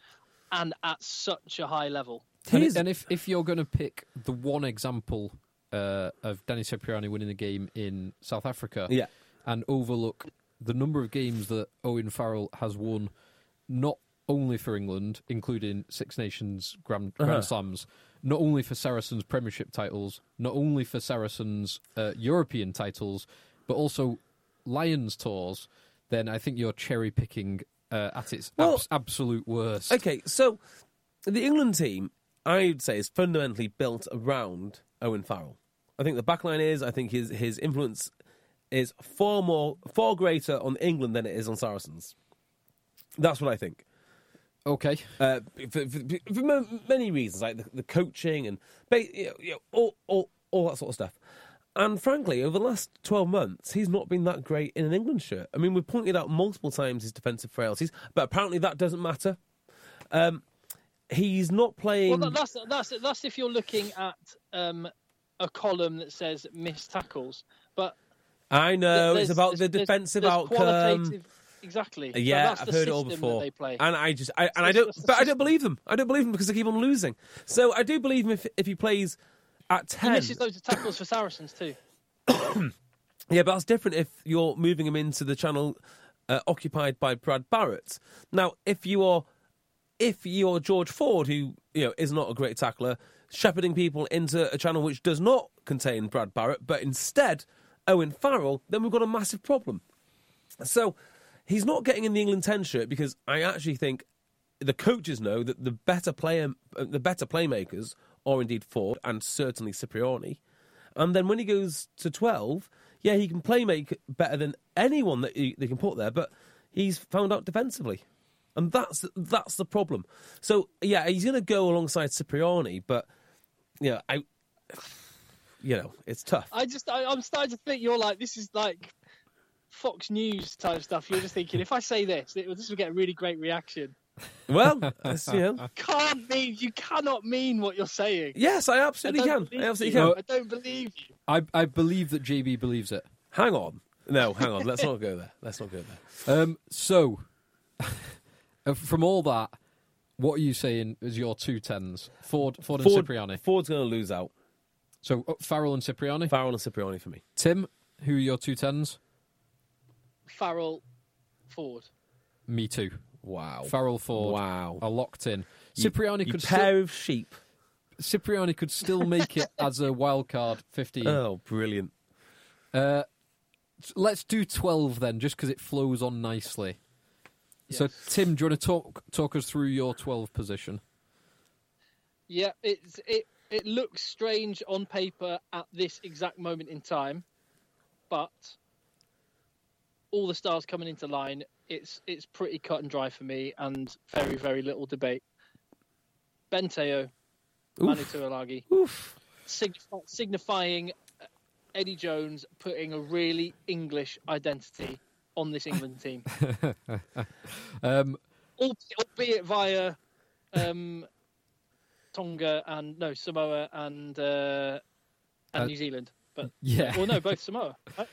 and at such a high level.
And,
Here's-
and if, if you're going to pick the one example uh, of Danny Cipriani winning the game in South Africa
Yeah.
and overlook the number of games that Owen Farrell has won, not only for England, including Six Nations Grand, Grand
Uh-huh.
Slams, not only for Saracens Premiership titles, not only for Saracens uh, European titles, but also Lions tours, then I think you're cherry picking uh, at its
Well-
abs- absolute worst.
Okay, so the England team, I'd say, is fundamentally built around Owen Farrell. I think the backline is. I think his his influence is far more far greater on England than it is on Saracens. That's what I think.
okay.
Uh, for, for, for ma- many reasons, like the, the coaching and ba- you know, you know, all, all all that sort of stuff. And frankly, over the last twelve months, he's not been that great in an England shirt. I mean, we've pointed out multiple times his defensive frailties, but apparently that doesn't matter. Um, he's not playing.
Well, that, that's that's that's if you're looking at um, a column that says missed tackles, but
I know
there's-
it's Uh, about the
there's- there's-
defensive
there's
outcome. Uh,
qualitative- Exactly. So
Yeah,
that's
I've
the
heard it all
system that
before,
They play.
and I just I, and I
It's
don't,
just the
but I don't
system.
believe them. I don't believe them because they keep on losing. So I do believe him if if he plays at
He
ten.
misses loads of tackles for Saracens too.
Yeah, but that's different if you're moving him into the channel uh, occupied by Brad Barrett. Now, if you are, if you're George Ford, who you know is not a great tackler, shepherding people into a channel which does not contain Brad Barrett, but instead Owen Farrell, then we've got a massive problem. So he's not getting in the England ten shirt because I actually think the coaches know that the better player, uh, the better playmakers are indeed Ford and certainly Cipriani. And then when he goes to 12, yeah, he can play make better than anyone that he, they can put there, but he's found out defensively. And that's that's the problem. So yeah, he's going to go alongside Cipriani, but you know, I you know, it's tough.
I just, I, I'm starting to think you're like, this is like Fox News type stuff. You're just thinking, if I say this, it, this will get a really great reaction.
well, that's, you know,
Can't mean, you cannot mean what you're saying.
yes, I
I
absolutely
don't
can.
believe
I absolutely
you.
can.
I don't believe you.
I, I believe that JB believes it.
Hang on. No, hang on. Let's not go there. Let's not go
[LAUGHS]
there.
Um, so, [LAUGHS] uh, from all that, what are you saying is your two tens? Ford, Ford, and Cipriani.
Ford's going to lose out.
So uh, Farrell and Cipriani.
Farrell and Cipriani for me.
Tim, who are your two tens?
Farrell, Ford.
Me too.
Wow.
Farrell, Ford.
Wow.
Are locked in. Cipriani
You
could
pair of sheep.
still, Cipriani could still make it as a wild card
[LAUGHS]
fifteen.
Oh, brilliant.
Uh, let's do twelve then, just because it flows on nicely. So Tim, do you want to talk talk us through your twelve position?
Yeah, it's it. It looks strange on paper at this exact moment in time, but all the stars coming into line. It's it's pretty cut and dry for me, and very very little debate. Benteo, Manu Tuilagi,
Oof.
signifi- signifying Eddie Jones putting a really English identity on this England team,
Um,
albeit, albeit via um, Tonga and no Samoa and uh, and
Uh,
New Zealand. But
yeah.
well, no, both Samoa. right?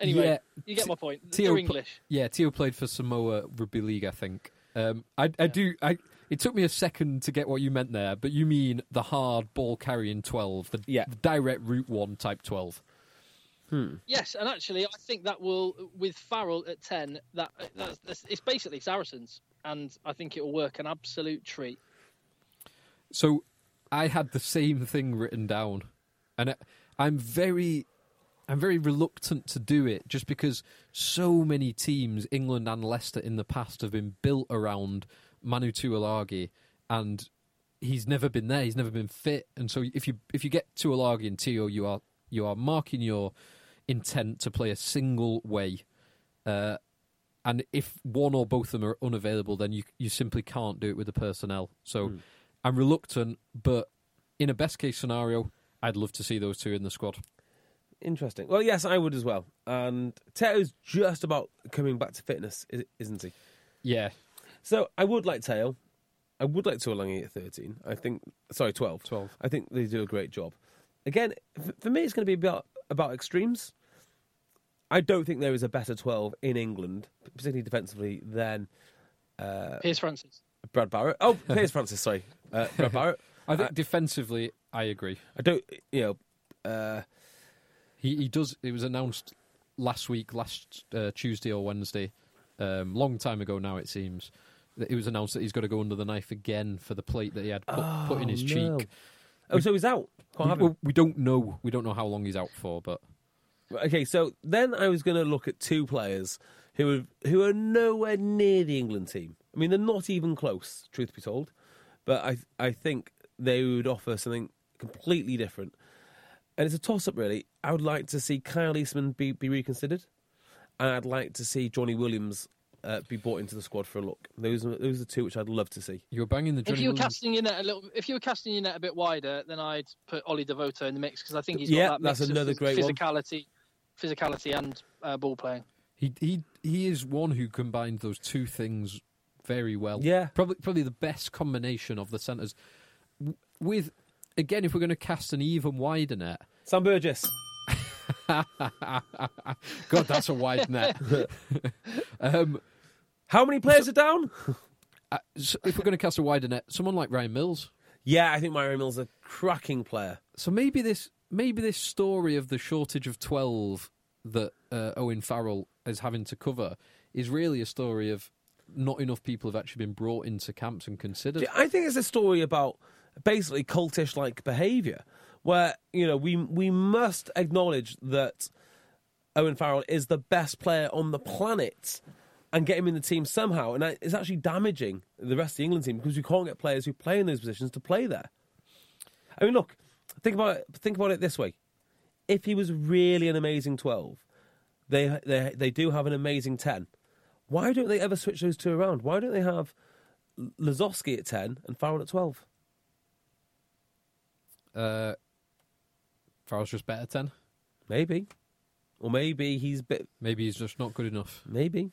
Anyway,
Yeah,
you get
T-
my point. They're
Teo pl-
English.
Yeah, Teo played for Samoa Rugby League, I think. Um, I, I do. I it took me a second to get what you meant there, but you mean the hard ball carrying twelve, the,
Yeah.
the direct route one type twelve.
Yes, and actually, I think that will with Farrell at ten. That that's, that's it's basically Saracens, and I think it will work an absolute treat.
So I had the same thing written down, and I, I'm very, I'm very reluctant to do it just because so many teams, England and Leicester in the past, have been built around Manu Tuilagi, and he's never been there. He's never been fit, and so if you if you get Tuilagi and Teo, you are you are marking your intent to play a single way. Uh, and if one or both of them are unavailable, then you you simply can't do it with the personnel. So I'm reluctant, but in a best case scenario, I'd love to see those two in the squad.
Interesting. Well, yes, I would as well. And Teo's just about coming back to fitness, i- isn't he?
Yeah,
So I would like Teo. I would like Tuolangi at 13. I think, sorry, 12.
12.
I think they do a great job. Again, f- for me, it's going to be about, about extremes. I don't think there is a better 12 in England, particularly defensively, than uh,
Piers Francis.
[LAUGHS]
Brad Barrett. Oh, Piers Francis, sorry. Uh, Brad Barrett.
I think defensively, I agree.
I don't, you know, uh,
He he does. It was announced last week, last uh, Tuesday or Wednesday, um, long time ago now it seems. That it was announced that he's got to go under the knife again for the plate that he had put, put in his
no.
cheek.
oh, so he's out. Can't
We,
have him.
well, we don't know. We don't know how long he's out for, but
Okay, so then I was going to look at two players who are, who are nowhere near the England team. I mean, they're not even close, truth be told. But I I think they would offer something completely different. And it's a toss up, really. I would like to see Kyle Eastman be, be reconsidered, and I'd like to see Johnny Williams uh, be brought into the squad for a look. Those are, those are two which I'd love to see.
you were banging the.
If
Johnny
you were
Williams-
casting your net a little, if you were casting your net a bit wider, then I'd put Ollie Devoto in the mix because I think he's
Yeah,
got that
that's
mix of
another
phys-
great one.
physicality, physicality and uh, ball playing.
He he he is one who combined those two things very well.
Yeah.
probably probably the best combination of the centers. W- With again, if we're going to cast an even wider net,
Sam Burgess.
God, that's a wide net. um,
How many players are down? [LAUGHS]
uh, so if we're going to cast a wider net, someone like Ryan Mills.
Yeah, I think Myron Mills is a cracking player.
So maybe this maybe this story of the shortage of twelve that uh, Owen Farrell is having to cover is really a story of not enough people have actually been brought into camps and considered.
Yeah, I think it's a story about basically cultish like behaviour, where you know we we must acknowledge that Owen Farrell is the best player on the planet, and get him in the team somehow, and I- it's actually damaging the rest of the England team because we can't get players who play in those positions to play there. I mean, look, think about it, think about it this way: if he was really an amazing twelve, they they they do have an amazing ten. Why don't they ever switch those two around? Why don't they have Lazowski at 10 and Farrell at 12.
Uh, Farrell's just better ten.
Maybe. Or maybe he's bit.
Maybe he's just not good enough.
Maybe.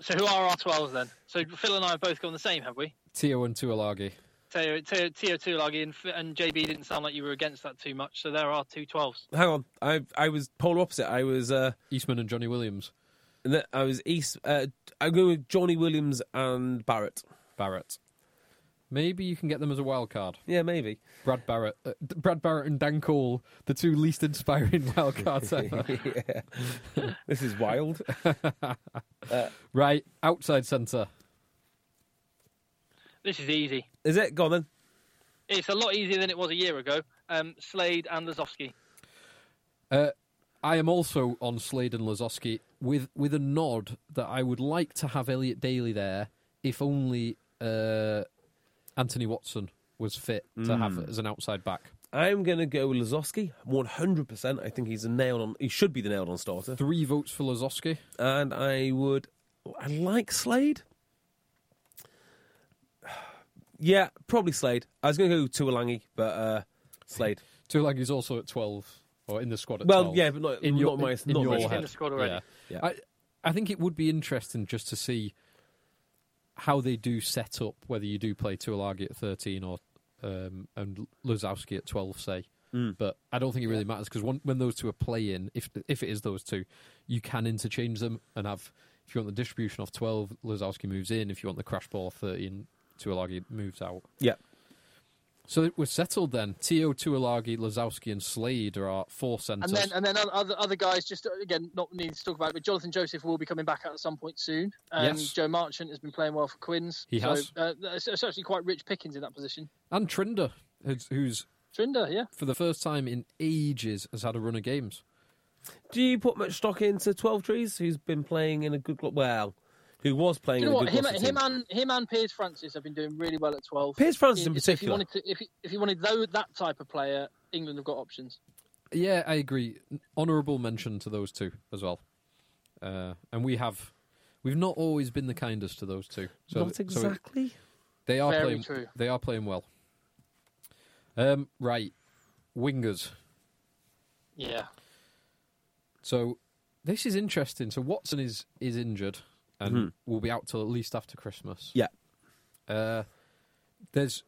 So who are our twelves then? So Phil and I have both gone the same, have we?
Tio and Tuolagi.
Teo Teo Teo Tulagi and, F- and JB didn't sound like you were against that too much. So there are two twelves.
Hang on. I I was polar opposite. I was uh
Eastman and Johnny Williams.
I was East. Uh, I go with Johnny Williams and Barrett.
Barrett. Maybe you can get them as a wild card.
Yeah, maybe.
Brad Barrett, uh, D- Brad Barrett and Dan Cole, the two least inspiring [LAUGHS] wild cards ever.
[LAUGHS] yeah. this is wild. [LAUGHS]
right, outside centre.
This is easy.
Is it? Go on then.
It's a lot easier than it was a year ago. Um, Slade and Lazowski.
Uh, I am also on Slade and Lazowski with with a nod that I would like to have Elliot Daly there, if only uh, Anthony Watson was fit to have
Mm.
as an outside back.
I'm going to go with Lazowski. 100%. I think he's a nailed on. He should be the nailed on starter.
Three votes for Lazowski.
And I would. I like Slade. [SIGHS] Yeah, probably Slade. I was going to go Tuolangi, but uh, Slade.
Tulag is also at 12, or in the squad at
Well,
12.
yeah, but not- not my- not my
squad. In the squad already.
Yeah.
I, I think it would be interesting just to see how they do set up, whether you do play Tuolagi at 13 or um, and Luzowski at 12, say. But I don't think it really matters because when, when those two are playing, if if it is those two, you can interchange them and have, if you want the distribution off 12, Luzowski moves in. If you want the crash ball off 13, Tuolagi moves out.
Yeah.
So we're settled then. Tio, Tuolagi, Lazowski, and Slade are our four centres.
And then and then other other guys just again not needing to talk about, it, but Jonathan Joseph will be coming back at some point soon. Um,
Yes.
Joe Marchant has been playing well for Quinns.
He
so,
has.
Uh, it's it's actually quite rich pickings in that position.
and Trinder, who's, who's
Trinder, yeah.
for the first time in ages has had a run of games.
Do you put much stock into Twelve Trees, who's been playing in a good glo- well, who was playing
Do you
in
know
a
what?
good
Him,
Gloucester
him
team?
and him and Piers Francis have been doing really well at twelve.
Piers Francis in
If- If you
particular.
wanted to, if you, if you wanted though that type of player, England have got options.
Yeah, I agree. Honourable mention to those two as well. Uh, and we have, we've not always been the kindest to those two. So,
Not
so it-
exactly.
they are
Very
playing.
true.
They are playing well. Um, right, wingers.
Yeah.
So this is interesting. So Watson is is injured and will be out till at least after Christmas.
Yeah.
Uh, there's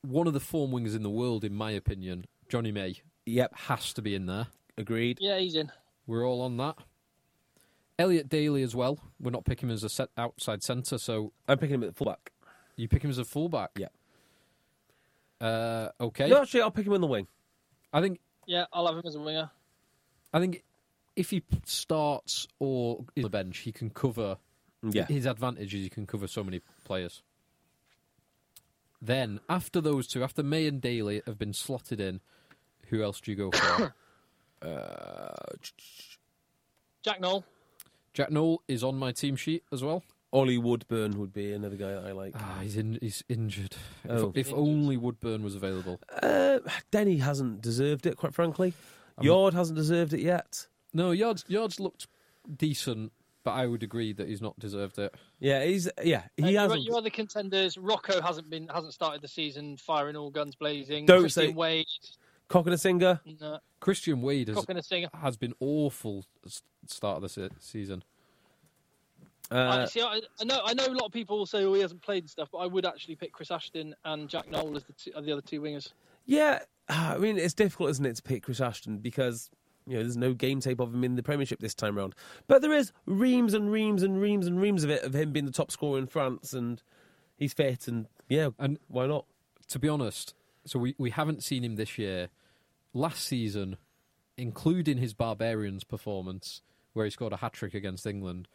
one of the form wingers in the world, in my opinion. Johnny May
Yep.
has to be in there.
Agreed.
Yeah, he's in.
We're all on that. Elliot Daly as well. We're not picking him as a set outside centre, so
I'm picking him at the fullback.
you pick him as a fullback.
Yeah.
Uh, okay.
No, actually, I'll pick him in the wing.
I think
Yeah, I'll have him as a winger.
I think if he starts or is on the bench, he can cover
Yeah.
his advantage is he can cover so many players. Then after those two, after May and Daly have been slotted in, who else do you go for?
Jack Knoll.
Jack Noel is on my team sheet as well.
Ollie Woodburn would be another guy that I like.
Ah, he's in, he's injured. If-
Oh.
If, only Woodburn was available.
Uh, Denny hasn't deserved it, quite frankly. Yard hasn't deserved it yet.
No, Yards Yards looked decent, but I would agree that he's not deserved it.
Yeah, he's yeah
Uh,
he
your-
hasn't.
Your other contenders. Rocco hasn't been hasn't started the season firing all guns blazing.
Don't
Christian
say-
Wade.
Cock and a singer.
No,
Christian Wade has,
Cock and a singer.
has been awful s- start of the se- season.
I,
Uh,
see, I, I know I know a lot of people will say oh he hasn't played and stuff, but I would actually pick Chris Ashton and Jack Knoll as the two, are the other two wingers.
yeah, ah, I mean it's difficult, isn't it, to pick Chris Ashton because you know there's no game tape of him in the Premiership this time round. But there is reams and reams and reams and reams of it of him being the top scorer in France, and he's fit, and yeah,
And-
why not?
to be honest, so we, we haven't seen him this year. Last season, including his Barbarians performance, where he scored a hat trick against England,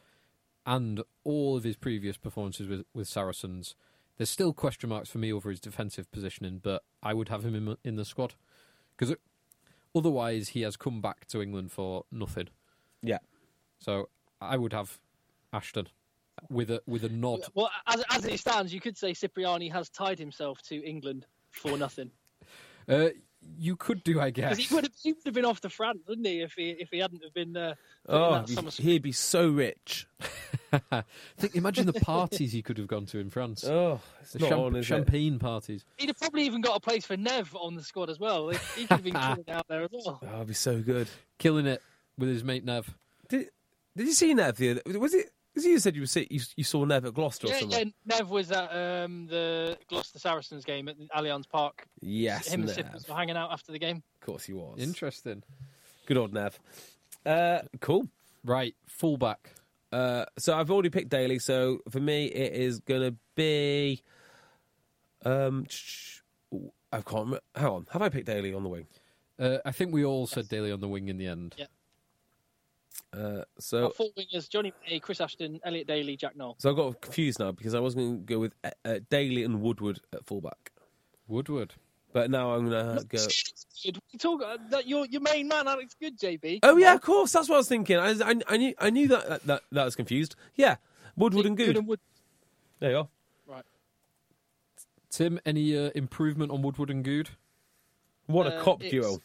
and all of his previous performances with, with Saracens, there's still question marks for me over his defensive positioning, but I would have him in, in the squad. Because otherwise, he has come back to England for nothing.
Yeah,
So I would have Ashton with a, with a nod.
Well, as, as it stands, you could say Cipriani has tied himself to England for nothing.
Uh, you could do, I guess.
Because he would have, he would have been off to France, wouldn't he, if he if he hadn't have been there?
oh,
that summer-
he'd be so rich.
Think, imagine the parties he could have gone to in France.
Oh, it's
the
not
champ-
on, is it?
champagne parties.
He'd have probably even got a place for Nev on the squad as well. Like, he could
[LAUGHS]
have been killing it out there as well.
Oh, it'd be so good.
Killing it with his mate Nev.
Did Did you see Nev? The other, was it? Was you said you see you, you saw Nev at Gloucester or
Yeah, yeah,
something?
Nev was at um, the Gloucester Saracens game at the Allianz Park.
Yes,
Him and
Nev.
Sippers were hanging out after the game.
Of course he was.
Interesting.
Good old Nev. Uh, cool.
Right, fullback.
Uh, so I've already picked Daly. So for me, it is going to be. Um, sh- ooh, I can't. Remember. Hang on. Have I picked Daly on the wing?
Uh, I think we all said Daly on the wing in the end.
Yeah.
Uh,
Our
so
four wingers: Johnny May, Chris Ashton, Elliot Daly, Jack Knoll.
so I got confused now because I was going to go with uh, uh, Daly and Woodward at fullback,
Woodward.
but now I'm going to go.
Good. We talk uh, that your your main man Alex Good, JB.
Oh yeah, of course. That's what I was thinking. I, I, I knew I knew that that, that that was confused. Yeah, Woodward and Good.
Wood.
There you are.
Right.
Tim, any uh, improvement on Woodward and Good?
What a
Uh,
cop
it's-
duo.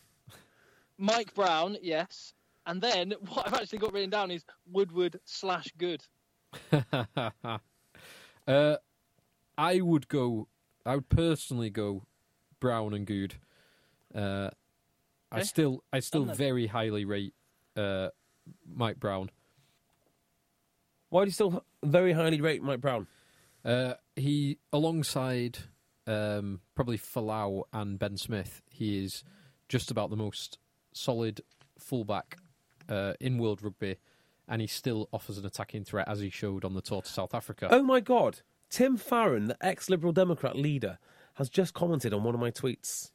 Mike Brown, yes. And then [LAUGHS] what I've actually got written down is Woodward slash Good.
[LAUGHS] Uh, I would go. I would personally go Brown and Good. Uh,
Eh?
I
Okay.
still, I still
Done then.
very highly rate uh, Mike Brown.
Why do you still very highly rate Mike Brown?
Uh, he, alongside um, probably Falau and Ben Smith, he is just about the most solid fullback uh, in world rugby, and he still offers an attacking threat as he showed on the tour to South Africa.
Oh my God. Tim Farron, the ex Liberal Democrat leader, has just commented on one of my tweets.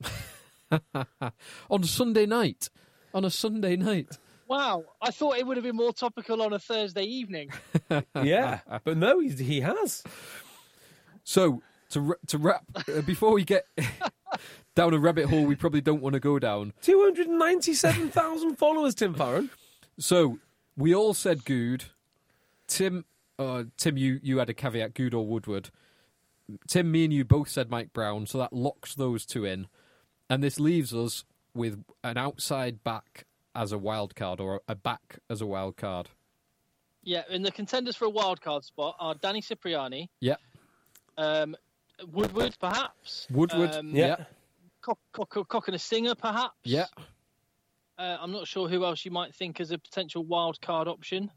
on Sunday night, on a Sunday night,
Wow, I thought it would have been more topical on a Thursday evening.
yeah. But no, he's, he has.
So to wra- to wrap uh, before we get [LAUGHS] down a rabbit hole we probably don't want to go down.
297,000 followers, Tim Farron.
So we all said good. Tim, uh, Tim, you you had a caveat: good or Woodward. Tim, me and you both said Mike Brown, so that locks those two in, and this leaves us with an outside back as a wild card or a back as a wild card.
[LAUGHS] Yeah, and the contenders for a wild card spot are Danny Cipriani,
Yeah,
um, Woodward, perhaps.
Woodward.
Um,
Yeah.
yeah,
Cock, cock, cock and a singer, perhaps.
yeah.
Uh, I'm not sure who else you might think as a potential wild card option.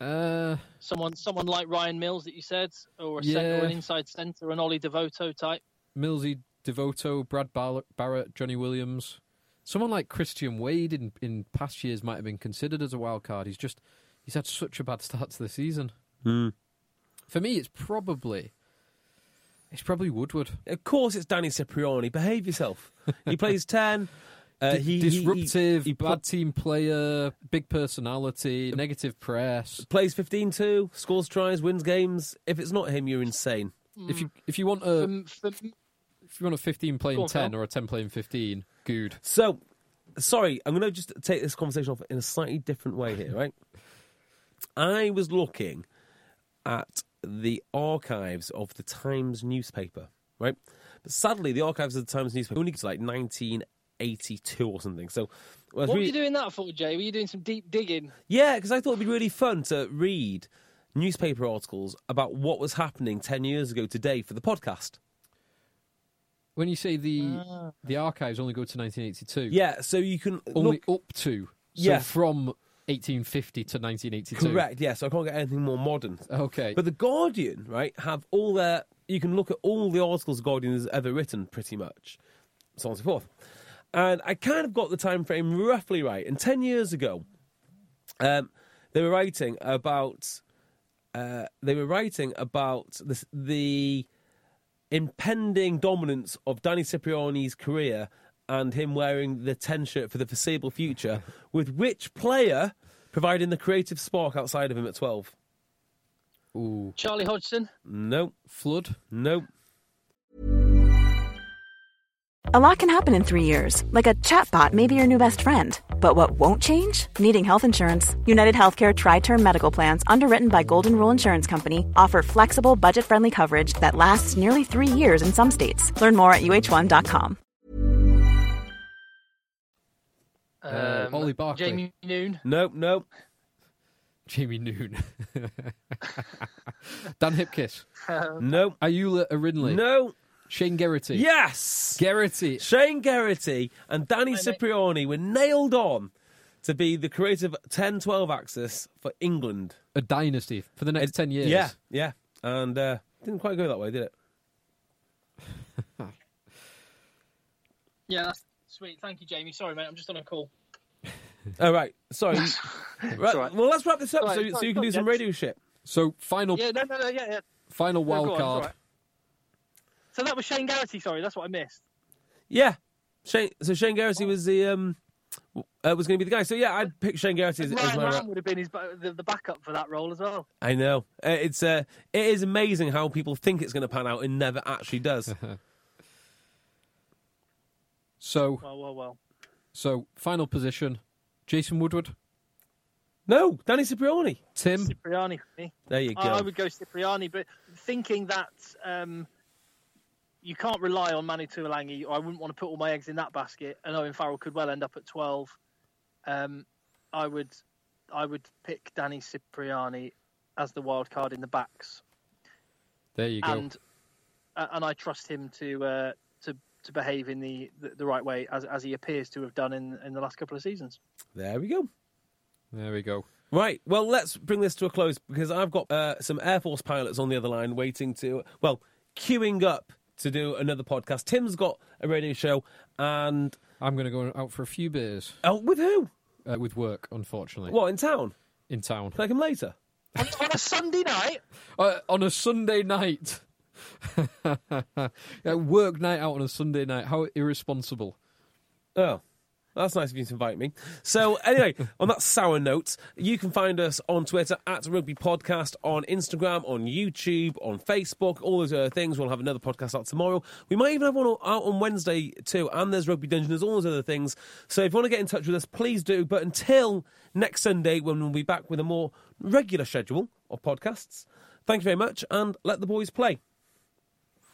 Uh,
Someone, someone like Ryan Mills that you said, or a
Yeah.
centre, or an inside centre, an Ollie Devoto type.
Millsy, Devoto, Brad Bar- Barrett, Johnny Williams. Someone like Christian Wade in, in past years might have been considered as a wild card. He's just he's had
Hmm.
such a bad start to the season. For me, it's probably It's probably Woodward.
Of course, it's Danny Cipriani. Behave yourself. He plays ten. Uh,
Di-
he he- he-
Disruptive,
he pl-
bad team player, big personality, negative press.
plays 15-2, scores tries, wins games. If it's not him, you're insane.
If you if you want a
Hmm. Um, for-
if you want a fifteen playing
Go on,
ten
Phil.
or a ten playing fifteen, good.
So, sorry, I'm going to just take this conversation off in a slightly different way here, right? I was looking at the archives of the Times newspaper, right? But sadly, the archives of the Times newspaper only goes to like 1982 or something. So, I was
what were
really-
you doing that for, Jay? Were you doing some deep digging?
Yeah, because I thought it'd be really fun to read newspaper articles about what was happening 10 years ago today for the podcast.
When you say the
Ah.
the archives only go to nineteen eighty two,
Yeah, so you can
only
look-
up to so
Yeah.
from eighteen fifty to nineteen eighty two.
correct. Yeah, so I can't get anything more modern.
Okay.
But the Guardian, right, have all their. You can look at all the articles the Guardian has ever written, pretty much, so on and so forth. And I kind of got the time frame roughly right. And ten years ago, um, they were writing about. Uh, they were writing about this, the impending dominance of Danny Cipriani's career and him wearing the 10 shirt for the foreseeable future, with which player providing the creative spark outside of him at 12?
Ooh.
Charlie Hodgson.
No,
Flood.
no.
A lot can happen in three years, like a chatbot may be your new best friend. But what won't change? Needing health insurance. United Healthcare Tri Term Medical Plans, underwritten by Golden Rule Insurance Company, offer flexible, budget friendly coverage that lasts nearly three years in some states. Learn more at uh1.com.
Uh,
Um,
Ollie Barkley.
Jamie Noon.
No, no,
Jamie Noon. [LAUGHS] Dan Hipkiss.
no,
Ayula Arinley.
no.
Shane Geraghty.
Yes!
Geraghty.
Shane Geraghty and Danny Cipriani were nailed on to be the creative 10 12 axis for England.
A dynasty for the next ten years.
Yeah, yeah. And uh, didn't quite go that way, did it?
Yeah, that's sweet. Thank you, Jamie. Sorry, mate. I'm just on a call.
All Oh, right,
[LAUGHS]
sorry. right,
all right.
Well, let's wrap this up
It's all
so,
right, it's
so you
all
can do
right,
some
yeah.
radio shit.
So final
Yeah, no, no, no. Yeah, yeah.
final
No,
wild
go on, it's all
card.
right. So that was Shane Garrity. Sorry, that's what I missed.
Yeah. Shane, so Shane Garrity was the um uh, was going to be the guy. So yeah, I'd pick Shane Garrity as, as
Ryan
my
Lamb
rep.
would have been his ba- the, the backup for that role as well.
I know. Uh, It's uh, it is amazing how people think it's going to pan out and never actually does.
So
Well, well, well.
so final position. Jason Woodward.
no, Danny Cipriani.
Tim.
Cipriani for me.
There you go.
I, I would go Cipriani, but thinking that um, you can't rely on Manu Tuolangi, or I wouldn't want to put all my eggs in that basket. And Owen Farrell could well end up at twelve. Um, I would, I would pick Danny Cipriani as the wild card in the backs,
There you go.
and uh, and I trust him to uh, to to behave in the, the the right way as as he appears to have done in in the last couple of seasons.
There we go.
There we go.
Right. Well, let's bring this to a close because I've got uh, some Air Force pilots on the other line waiting to, well, queuing up to do another podcast. Tim's got a radio show, and
I'm going to go out for a few beers
oh, with who?
uh, with work, unfortunately,
What in town?
in town
Can I come later?
on, on a Sunday night,
uh, on a Sunday night. [LAUGHS] Yeah, work night out on a Sunday night. How irresponsible!
Oh, that's nice of you to invite me. So, anyway, on that sour note, you can find us on Twitter at Rugby Podcast, on Instagram, on YouTube, on Facebook, all those other things. We'll have another podcast out tomorrow. We might even have one out on Wednesday too. And there's Rugby Dungeon, there's all those other things. So, if you want to get in touch with us, please do. But until next Sunday, when we'll be back with a more regular schedule of podcasts, thank you very much and let the boys play.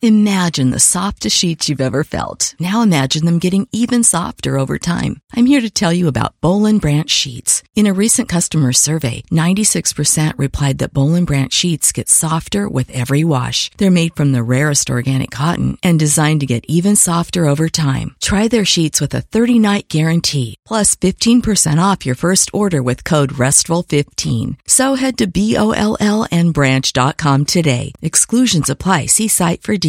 Imagine the softest sheets you've ever felt. Now imagine them getting even softer over time. I'm here to tell you about Bolin Branch sheets. In a recent customer survey, 96% replied that Bolin Branch sheets get softer with every wash. They're made from the rarest organic cotton and designed to get even softer over time. Try their sheets with a 30-night guarantee, plus 15% off your first order with code RESTFUL15. So head to B-O-L-L-N-Branch.com today. Exclusions apply. See site for details.